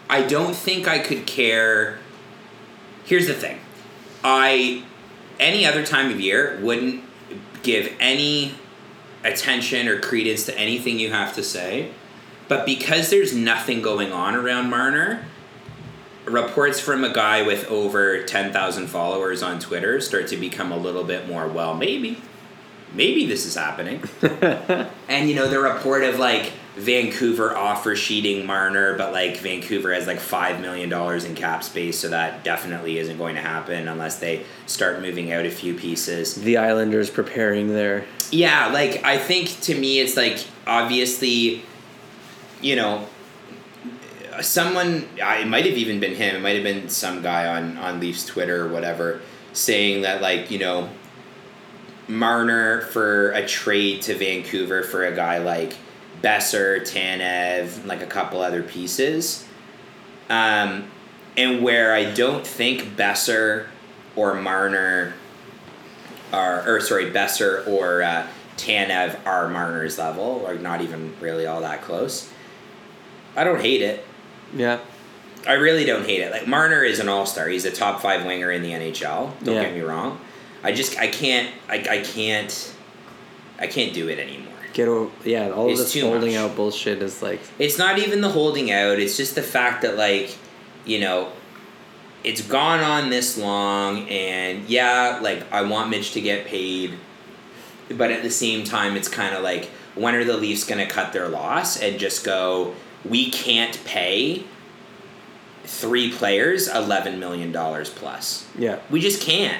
S1: I don't think I could care. Here's the thing. I any other time of year wouldn't give any attention or credence to anything you have to say. But because there's nothing going on around Marner, reports from a guy with over 10,000 followers on Twitter start to become a little bit more, well, maybe, maybe this is happening. and, you know, the report of like Vancouver offer sheeting Marner, but like Vancouver has like $5 million in cap space, so that definitely isn't going to happen unless they start moving out a few pieces.
S2: the Islanders preparing their
S1: Yeah, like I think to me it's like obviously, you know, someone I- it might have even been him, it might have been some guy on on Leafs Twitter or whatever saying that like, you know, Marner for a trade to Vancouver for a guy like Besser, Tanev, like a couple other pieces. Um, and where I don't think Besser or Marner are, or sorry, Besser or uh, Tanev are Marner's level, or not even really all that close. I don't hate it.
S2: yeah
S1: I really don't hate it. Like Marner is an all star. He's a top five winger in the NHL. Don't
S2: Yeah.
S1: get me wrong. I just I can't I, I can't I can't do it anymore.
S2: get over yeah all
S1: It's
S2: of this
S1: too
S2: holding
S1: much.
S2: out bullshit is like
S1: It's not even the holding out. It's just the fact that like, you know, it's gone on this long, and yeah, like I want Mitch to get paid, but at the same time, it's kind of like when are the Leafs going to cut their loss and just go? We can't pay three players eleven million dollars plus.
S2: yeah
S1: We just can't.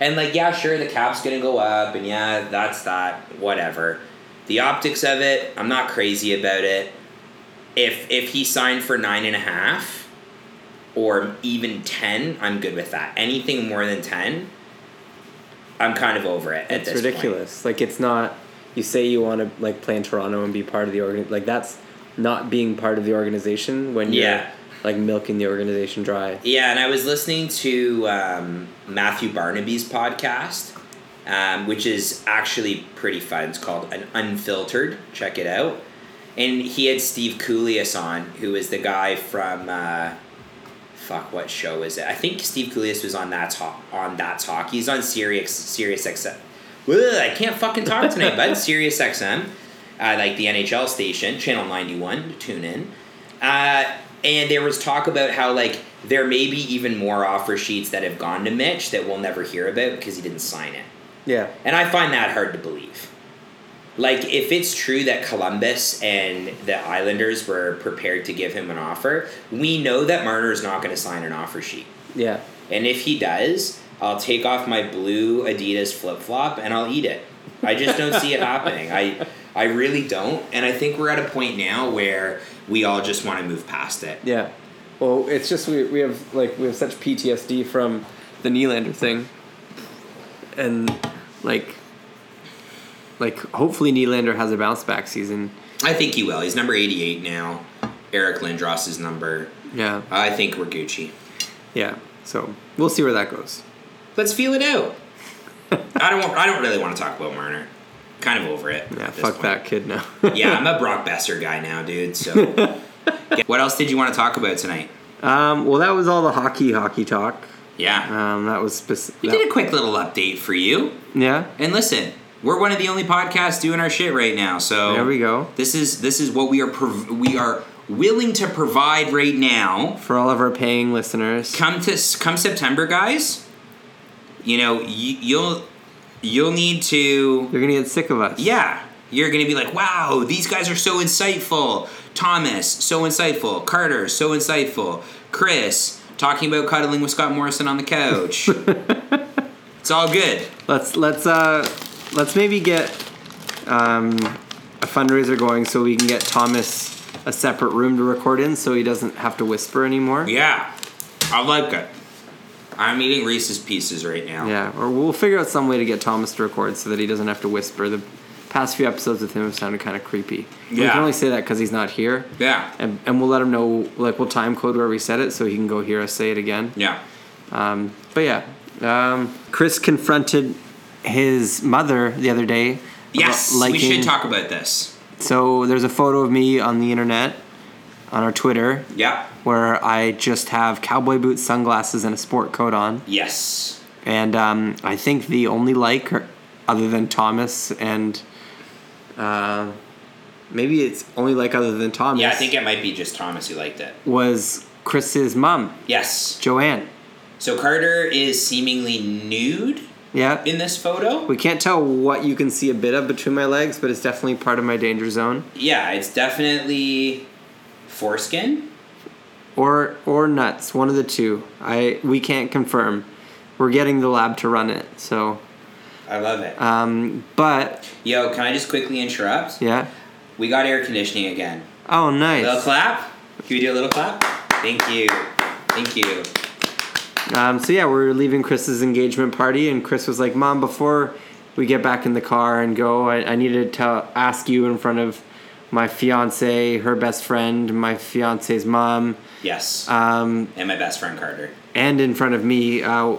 S1: And like, yeah, sure, the cap's gonna go up, and yeah, that's that. Whatever. The optics of it, I'm not crazy about it. If if he signed for nine and a half, or even ten, I'm good with that. Anything more than ten, I'm kind of over it. at
S2: it's
S1: this point.
S2: ridiculous. Like it's not. You say you want to like play in Toronto and be part of the organ. Like that's not being part of the organization when you're
S1: Yeah.
S2: like milking the organization dry.
S1: Yeah, and I was listening to um, Matthew Barnaby's podcast, um, which is actually pretty fun. It's called An Unfiltered. Check it out. And he had Steve Coolius on, who is the guy from uh, fuck, what show is it? I think Steve Coolius was on that's Ho- on that's hockey. He's on Sirius Sirius XM. Ugh, I can't fucking talk tonight, bud. Sirius XM, uh, like the NHL station, channel ninety one. Tune in. Uh, and there was talk about how like there may be even more offer sheets that have gone to Mitch that we'll never hear about because he didn't sign it.
S2: Yeah.
S1: And I find that hard to believe. Like, if it's true that Columbus and the Islanders were prepared to give him an offer, we know that Marner is not going to sign an offer sheet.
S2: Yeah.
S1: And if he does, I'll take off my blue Adidas flip flop and I'll eat it. I just don't see it happening. I, I really don't. And I think we're at a point now where we all just want to move past it.
S2: Yeah. Well, it's just we, we have like we have such PTSD from the Nylander thing, and like like hopefully Nylander has a bounce back season.
S1: I think he will. He's number 88 now. Eric Lindros is number.
S2: Yeah.
S1: I think we're Gucci.
S2: Yeah. So we'll see where that goes.
S1: Let's feel it out. I don't. Want, I don't really want to talk about Marner. Kind of over it.
S2: Yeah.
S1: at this
S2: Fuck
S1: point.
S2: that kid now.
S1: yeah, I'm a Brock Besser guy now, dude. So, Yeah. what else did you want to talk about tonight?
S2: Um, well, that was all the hockey hockey talk.
S1: Yeah,
S2: Um, that was specific.
S1: we did a quick little update for you.
S2: yeah.
S1: And listen, we're one of the only podcasts doing our shit right now. So
S2: There we go.
S1: This is this is what we are prov- we are willing to provide right now.
S2: For all of our paying listeners,
S1: Come to s- come September, guys. You know you, you'll you'll need to
S2: you're gonna get sick of us.
S1: Yeah. You're going to be like, wow, these guys are so insightful. Thomas, so insightful. Carter, so insightful. Chris, talking about cuddling with Scott Morrison on the couch. it's all good.
S2: Let's let's uh let's maybe get um a fundraiser going so we can get Thomas a separate room to record in so he doesn't have to whisper anymore.
S1: Yeah. I like it. I'm eating Reese's Pieces right now.
S2: Yeah, or we'll figure out some way to get Thomas to record so that he doesn't have to whisper. The past few episodes with him have sounded kind of creepy. We
S1: Yeah.
S2: can only say that because he's not here.
S1: Yeah.
S2: And, and we'll let him know, like, we'll time code where we said it so he can go hear us say it again.
S1: Yeah.
S2: Um, but yeah, um, Chris confronted his mother the other day. about
S1: Yes, we should talk about this.
S2: So there's a photo of me on the internet, on our Twitter,
S1: Yeah.
S2: where I just have cowboy boots, sunglasses, and a sport coat on.
S1: Yes.
S2: And um, I think the only like, or- other than Thomas and, uh, maybe it's only like other than Thomas,
S1: Yeah, I think it might be just Thomas who liked it.
S2: was Chris's mom,
S1: Yes.
S2: Joanne.
S1: So Carter is seemingly nude
S2: Yeah.
S1: in this photo.
S2: We can't tell what you can see a bit of between my legs, but it's definitely part of my danger zone.
S1: Yeah, it's definitely foreskin.
S2: Or or nuts, one of the two. I we can't confirm. We're getting the lab to run it, so
S1: I love it.
S2: um but
S1: Yo, can I just quickly interrupt?
S2: yeah.
S1: We got air conditioning again.
S2: Oh nice.
S1: Little clap. Can we do a little clap? Thank you. Thank you.
S2: Um, so yeah, we were leaving Chris's engagement party, and Chris was like, "Mom, before we get back in the car and go, I, I need to tell, ask you in front of my fiance, her best friend, my fiance's mom,
S1: Yes.
S2: um,
S1: and my best friend Carter.
S2: and in front of me. Uh,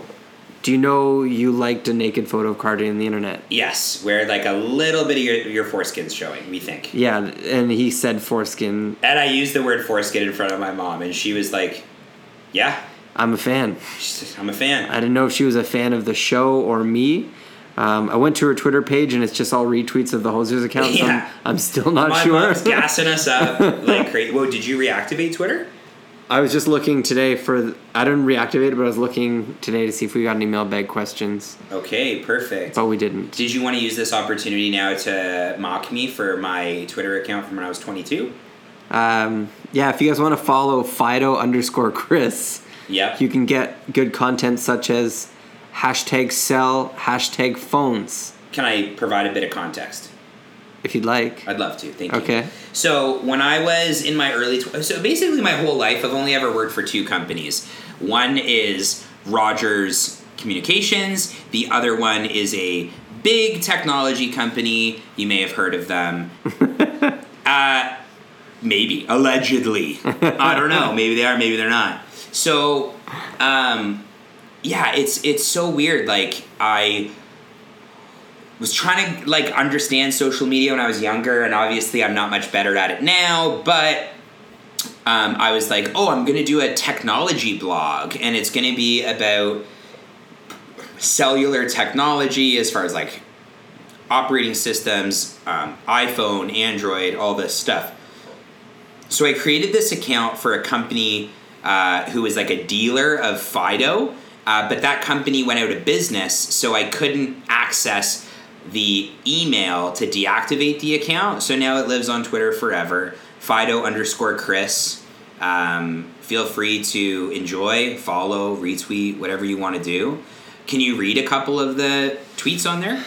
S2: do you know you liked a naked photo of Cardi on the internet?"
S1: Yes, where like a little bit of your, your foreskin's showing, we think.
S2: Yeah, and he said foreskin.
S1: And I used the word foreskin in front of my mom, and she was like, Yeah,
S2: I'm a fan.
S1: she's- I'm a fan.
S2: I didn't know if she was a fan of the show or me. Um, I went to her Twitter page, and it's just all retweets of the Hosers account. so I'm-
S1: Yeah.
S2: I'm, still not
S1: my
S2: sure.
S1: mom's gassing us up like crazy. Whoa, did you reactivate Twitter?
S2: I was just looking today for. I didn't reactivate it, but I was looking today to see if we got any mailbag questions,
S1: Okay, perfect.
S2: but we didn't.
S1: Did you want to use this opportunity now to mock me for my Twitter account from when I was 22?
S2: Um, yeah, if you guys want to follow Fido underscore Chris,
S1: Yep.
S2: you can get good content such as hashtag sell hashtag phones
S1: Can I provide a bit of context?
S2: if you'd like.
S1: I'd love to. Thank you.
S2: Okay.
S1: So when I was in my early, tw- so basically my whole life, I've only ever worked for two companies. One is Rogers communications. The other one is a big technology company. You may have heard of them. uh, maybe, allegedly. I don't know. Maybe they are, maybe they're not. So, um, yeah, it's it's so weird. Like I was trying to like understand social media when I was younger, and obviously I'm not much better at it now. But um, I was like, oh, I'm gonna do a technology blog, and it's gonna be about cellular technology as far as like operating systems, um, iPhone, Android, all this stuff. So I created this account for a company uh, who was like a dealer of Fido, uh, but that company went out of business, so I couldn't access the email to deactivate the account. So now it lives on Twitter forever. Fido underscore Chris. Um, feel free to enjoy, follow, retweet, whatever you want to do. Can you read a couple of the tweets on there?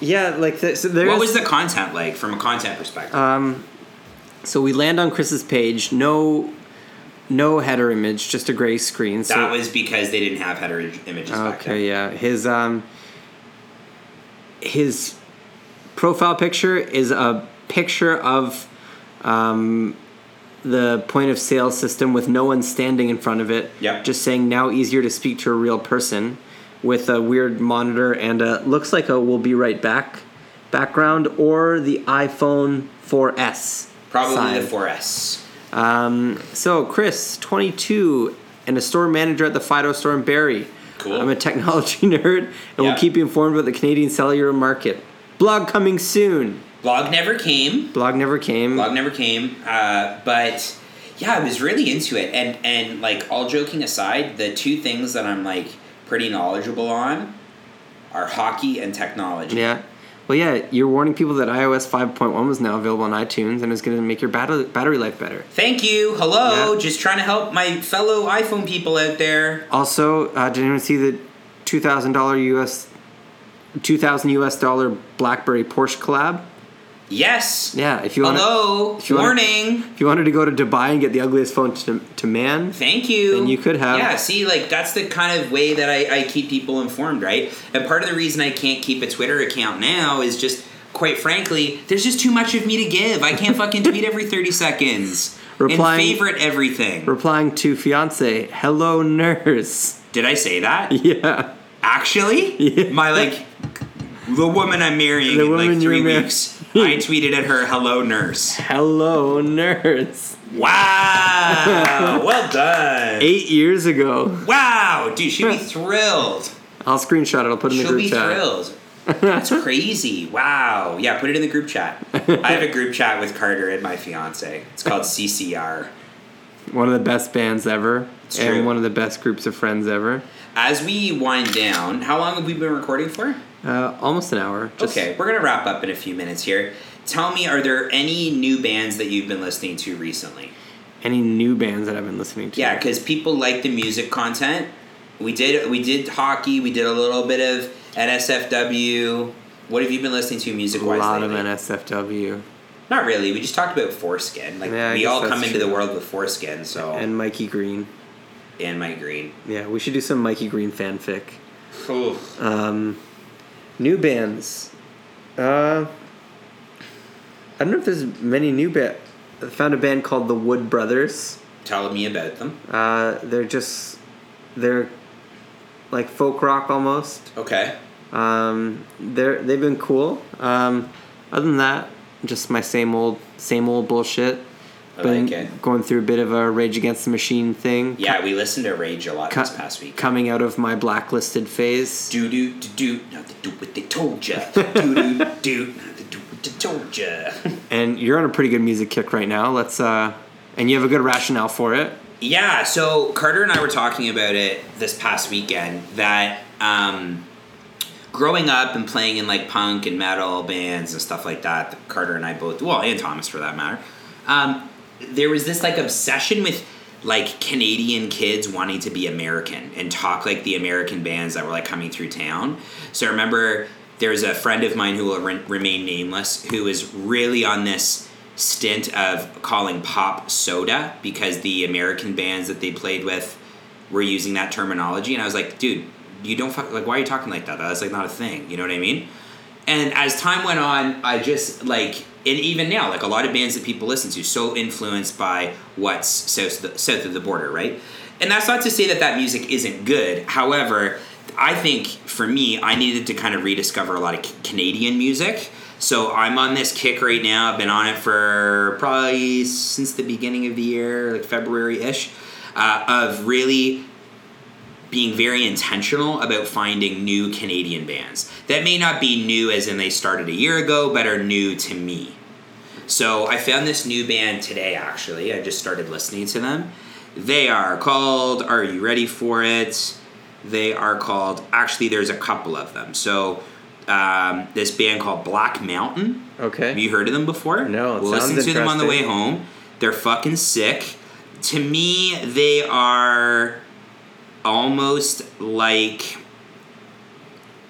S2: Yeah, like the, so there's
S1: What was the content like from a content perspective?
S2: um, so we land on Chris's page. No, no header image, just a gray screen. So
S1: that was because they didn't have header im- images back then.
S2: okay, yeah. His um, his profile picture is a picture of um, the point of sale system with no one standing in front of it.
S1: Yep.
S2: Just saying now easier to speak to a real person with a weird monitor and a looks like a we'll be right back background or the iPhone 4S.
S1: Probably
S2: sign.
S1: the 4S.
S2: Um, so, Chris, 22, and a store manager at the Fido store in Barrie.
S1: Cool.
S2: I'm a technology nerd, and
S1: Yeah.
S2: we'll keep you informed about the Canadian cellular market. Blog coming soon.
S1: Blog never came.
S2: Blog never came.
S1: Blog never came. Uh, but yeah, I was really into it. And and like all joking aside, the two things that I'm like pretty knowledgeable on are hockey and technology.
S2: Yeah. Well, yeah, you're warning people that iOS 5.1 was now available on iTunes and is going to make your battery, battery life better.
S1: Thank you. Hello.
S2: Yeah.
S1: Just trying to help my fellow iPhone people out there.
S2: Also, uh, did anyone see the $2,000 US, 2000 US dollar BlackBerry Porsche collab?
S1: Yes.
S2: Yeah, if you want
S1: Hello.
S2: if you wanna-
S1: Warning.
S2: if you wanted to go to Dubai and get the ugliest phone to, to man,
S1: Thank you.
S2: Then you could have-
S1: Yeah, see, like, that's the kind of way that I, I keep people informed, right? And part of the reason I can't keep a Twitter account now is just, quite frankly, there's just too much of me to give. I can't fucking tweet every 30 seconds.
S2: Replying-
S1: And favorite everything.
S2: replying to fiance, hello nurse.
S1: Did I say that?
S2: Yeah.
S1: Actually?
S2: Yeah.
S1: My, like, the woman I'm marrying
S2: The
S1: in, like,
S2: woman you're
S1: three
S2: mar-
S1: weeks, I tweeted at her, hello, nurse.
S2: Hello nurse.
S1: Wow. well done.
S2: Eight years ago.
S1: Wow. Dude, she'd be thrilled.
S2: I'll screenshot it, I'll put it in the
S1: She'll
S2: group
S1: be
S2: chat.
S1: thrilled. That's crazy. Wow. Yeah, put it in the group chat. I have a group chat with Carter and my fiance. It's called CCR.
S2: One of the best bands ever.
S1: It's
S2: and
S1: true.
S2: one of the best groups of friends ever.
S1: As we wind down, how long have we been recording for?
S2: Uh, almost an hour. Just
S1: Okay, we're going to wrap up in a few minutes here. Tell me, are there any new bands that you've been listening to recently?
S2: Any new bands that I've been listening to.
S1: Yeah, because people like the music content. We did we did hockey. We did a little bit of NSFW. What have you been listening to music
S2: A
S1: wise?
S2: lot of
S1: lately?
S2: NSFW.
S1: Not really. We just talked about foreskin. Like
S2: Yeah, I
S1: we
S2: guess
S1: all
S2: that's
S1: come into
S2: true.
S1: the world with foreskin. So
S2: And Mikey Green.
S1: and my green.
S2: Yeah, we should do some Mikey Green fanfic.
S1: Cool.
S2: Um, new bands. Uh, I don't know if there's many new bands. I found a band called the Wood Brothers.
S1: Tell me about them.
S2: Uh, they're just they're like folk rock almost.
S1: Okay.
S2: Um, they're they've been cool. Um, other than that, just my same old same old bullshit.
S1: I
S2: been
S1: like it.
S2: going through a bit of a Rage Against the Machine thing.
S1: Yeah, we listened to Rage a lot
S2: co-
S1: this past week.
S2: Coming out of my blacklisted phase.
S1: Do do do do. Not to do what they told ya. Do do do. Not to do what they told ya.
S2: and you're on a pretty good music kick right now. Let's uh, and you have a good rationale for it.
S1: Yeah. So Carter and I were talking about it this past weekend that. um growing up and playing in like punk and metal bands and stuff like that, that Carter and I both, well, and Thomas for that matter, um, there was this like obsession with like Canadian kids wanting to be American and talk like the American bands that were like coming through town. So I remember there's a friend of mine who will re- remain nameless who is really on this stint of calling pop soda because the American bands that they played with were using that terminology. And I was like, dude, you don't fuck, like why are you talking like that? That's like not a thing. You know what I mean? And as time went on, I just like and even now, like a lot of bands that people listen to, so influenced by what's south of the, south of the border, right? And that's not to say that that music isn't good. However, I think for me, I needed to kind of rediscover a lot of Canadian music. So I'm on this kick right now. I've been on it for probably since the beginning of the year, like February ish, uh, of really being very intentional about finding new Canadian bands that may not be new as in they started a year ago, but are new to me. So I found this new band today, actually. I just started listening to them. They are called Are You Ready for It? They are called, actually, there's a couple of them. So um, this band called Black Mountain. Have
S2: Okay.
S1: you heard of them before?
S2: No, it
S1: We'll listen
S2: sounds
S1: to them on the way
S2: interesting.
S1: home. They're fucking sick. To me, they are almost like.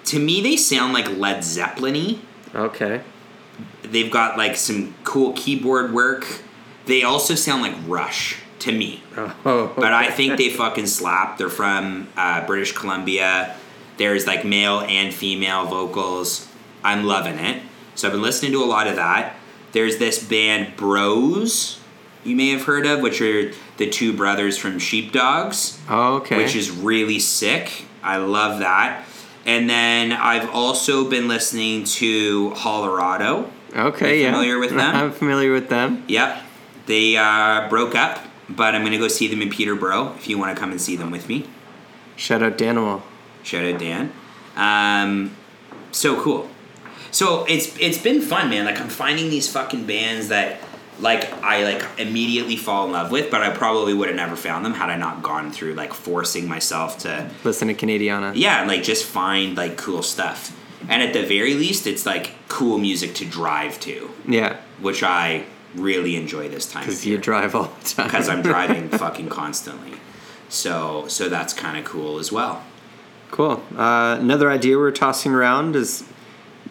S1: To me, they sound like Led Zeppelin
S2: Okay.
S1: They've got like some cool keyboard work. They also sound like Rush to me.
S2: Oh.
S1: But I think they fucking slap. They're from uh, British Columbia. There's like male and female vocals. I'm loving it. So I've been listening to a lot of that. There's this band Bros, you may have heard of, which are the two brothers from Sheepdogs,
S2: Oh. Okay.
S1: which is really sick. I love that. And then I've also been listening to Colorado.
S2: okay.
S1: you
S2: yeah.
S1: familiar with them?
S2: I'm familiar with them.
S1: Yep. They uh, broke up, but I'm going to go see them in Peterborough if you want to come and see them with me.
S2: Shout out Danimal.
S1: Shout out Dan. Um, so cool. So it's it's been fun, man. Like I'm finding these fucking bands that like I like immediately fall in love with, but I probably would have never found them had I not gone through like forcing myself to
S2: Listen to Canadiana.
S1: yeah, and, like just find like cool stuff. And at the very least, it's like cool music to drive to,
S2: Yeah.
S1: which I really enjoy this time.
S2: Because
S1: of
S2: you
S1: year
S2: drive all the time.
S1: because I'm driving fucking constantly. So so that's kind of cool as well.
S2: Cool. Uh, another idea we're tossing around is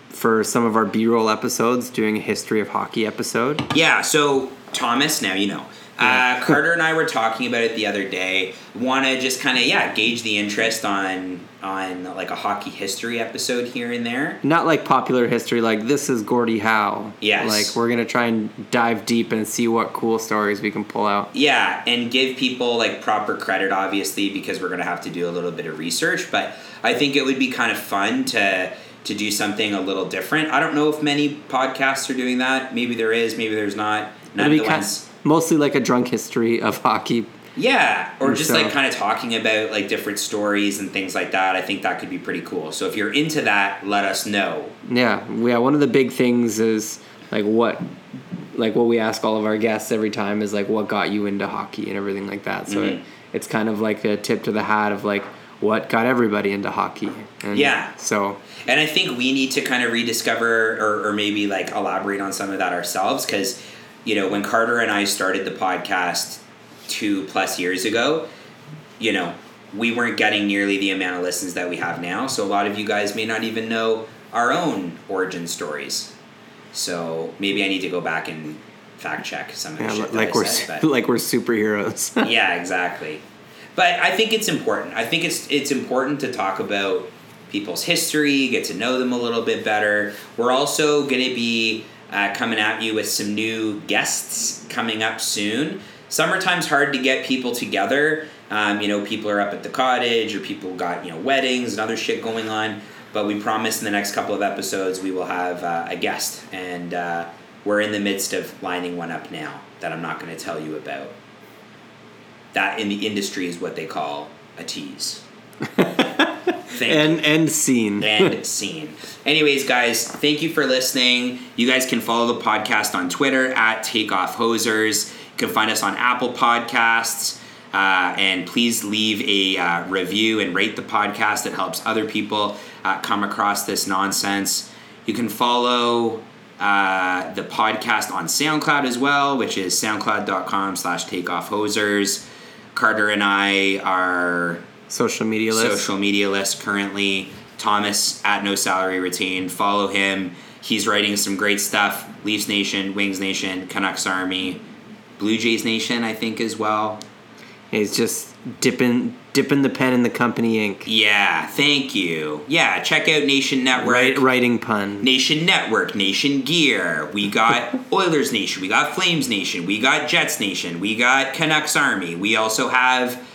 S2: for some of our B-roll episodes, doing a history of hockey episode.
S1: Yeah. So Thomas, now you know. Uh, Carter and I were talking about it the other day. Want to just kind of yeah gauge the interest on on like a hockey history episode here and there.
S2: Not like popular history, like this is Gordie Howe.
S1: Yes.
S2: Like we're gonna try and dive deep and see what cool stories we can pull out.
S1: Yeah, and give people like proper credit, obviously, because we're gonna have to do a little bit of research. But I think it would be kind of fun to to do something a little different. I don't know if many podcasts are doing that. Maybe there is. Maybe there's not. None
S2: It'll
S1: of
S2: be
S1: the
S2: kind
S1: ones.
S2: mostly like a drunk history of hockey.
S1: Yeah, or just
S2: So-
S1: like kind of talking about like different stories and things like that. I think that could be pretty cool. So if you're into that, let us know.
S2: Yeah, yeah. One of the big things is like what, like what we ask all of our guests every time is like what got you into hockey and everything like that. So it,
S1: Mhm.
S2: it's kind of like a tip to the hat of like what got everybody into hockey. And
S1: Yeah.
S2: So
S1: And I think we need to kind of rediscover or, or maybe like elaborate on some of that ourselves because, you know, when Carter and I started the podcast two plus years ago, you know, we weren't getting nearly the amount of listens that we have now. So a lot of you guys may not even know our own origin stories. So maybe I need to go back and fact check some of the
S2: yeah,
S1: shit that
S2: like
S1: I
S2: we're
S1: said, but-
S2: like we're superheroes.
S1: yeah, exactly. But I think it's important. I think it's it's important to talk about people's history, get to know them a little bit better. We're also going to be uh, coming at you with some new guests coming up soon. Summertime's hard to get people together. Um, you know, people are up at the cottage, or people got you know weddings and other shit going on. But we promise in the next couple of episodes we will have uh, a guest, and uh, we're in the midst of lining one up now that I'm not going to tell you about that in the industry is what they call a tease. Thank
S2: and and scene.
S1: you. and scene. Anyways, guys, thank you for listening. You guys can follow the podcast on Twitter at Takeoff Hosers. You can find us on Apple Podcasts. Uh, and please leave a uh, review and rate the podcast. It helps other people uh, come across this nonsense. You can follow uh, the podcast on SoundCloud as well, which is soundcloud.com slash takeoffhosers. Carter and I are
S2: Social media list.
S1: social media list currently. Thomas at no salary retained. Follow him. He's writing some great stuff. Leafs Nation, Wings Nation, Canucks Army, Blue Jays Nation, I think as well.
S2: He's just dipping dipping the pen in the company ink.
S1: Yeah, thank you. Yeah, check out Nation Network.
S2: Right, writing pun.
S1: Nation Network, Nation Gear. We got Oilers Nation, we got Flames Nation, we got Jets Nation, we got Canucks Army. We also have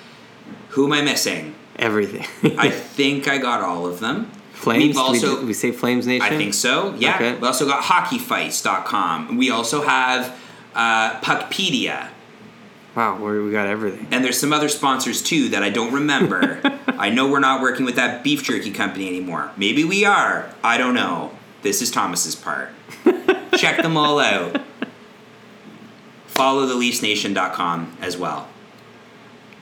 S1: who am I missing?
S2: Everything.
S1: I think I got all of them.
S2: Flames.
S1: We've
S2: Do we
S1: also-
S2: do- we, say Flames Nation.
S1: I think so. Yeah.
S2: Okay.
S1: We also got hockeyfights.com. We also have uh, Puckpedia.
S2: Wow, we we got everything.
S1: And there's some other sponsors too that I don't remember. I know we're not working with that beef jerky company anymore. Maybe we are. I don't know. This is Thomas's part. Check them all out. Follow the leafsnation.com as well.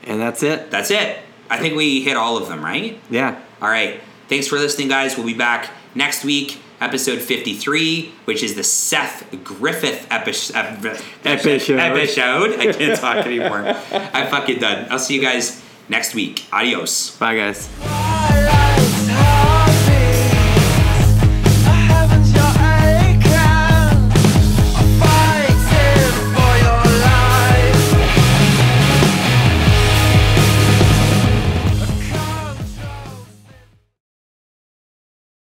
S2: And that's it.
S1: That's it. I think we hit all of them, right?
S2: Yeah.
S1: All right. Thanks for listening, guys. We'll be back next week, episode 53, which is the Seth Griffith episode.
S2: Episode.
S1: Episode. I can't talk anymore. I'm fucking done. I'll see you guys next week. Adios.
S2: Bye guys.
S3: Whoa,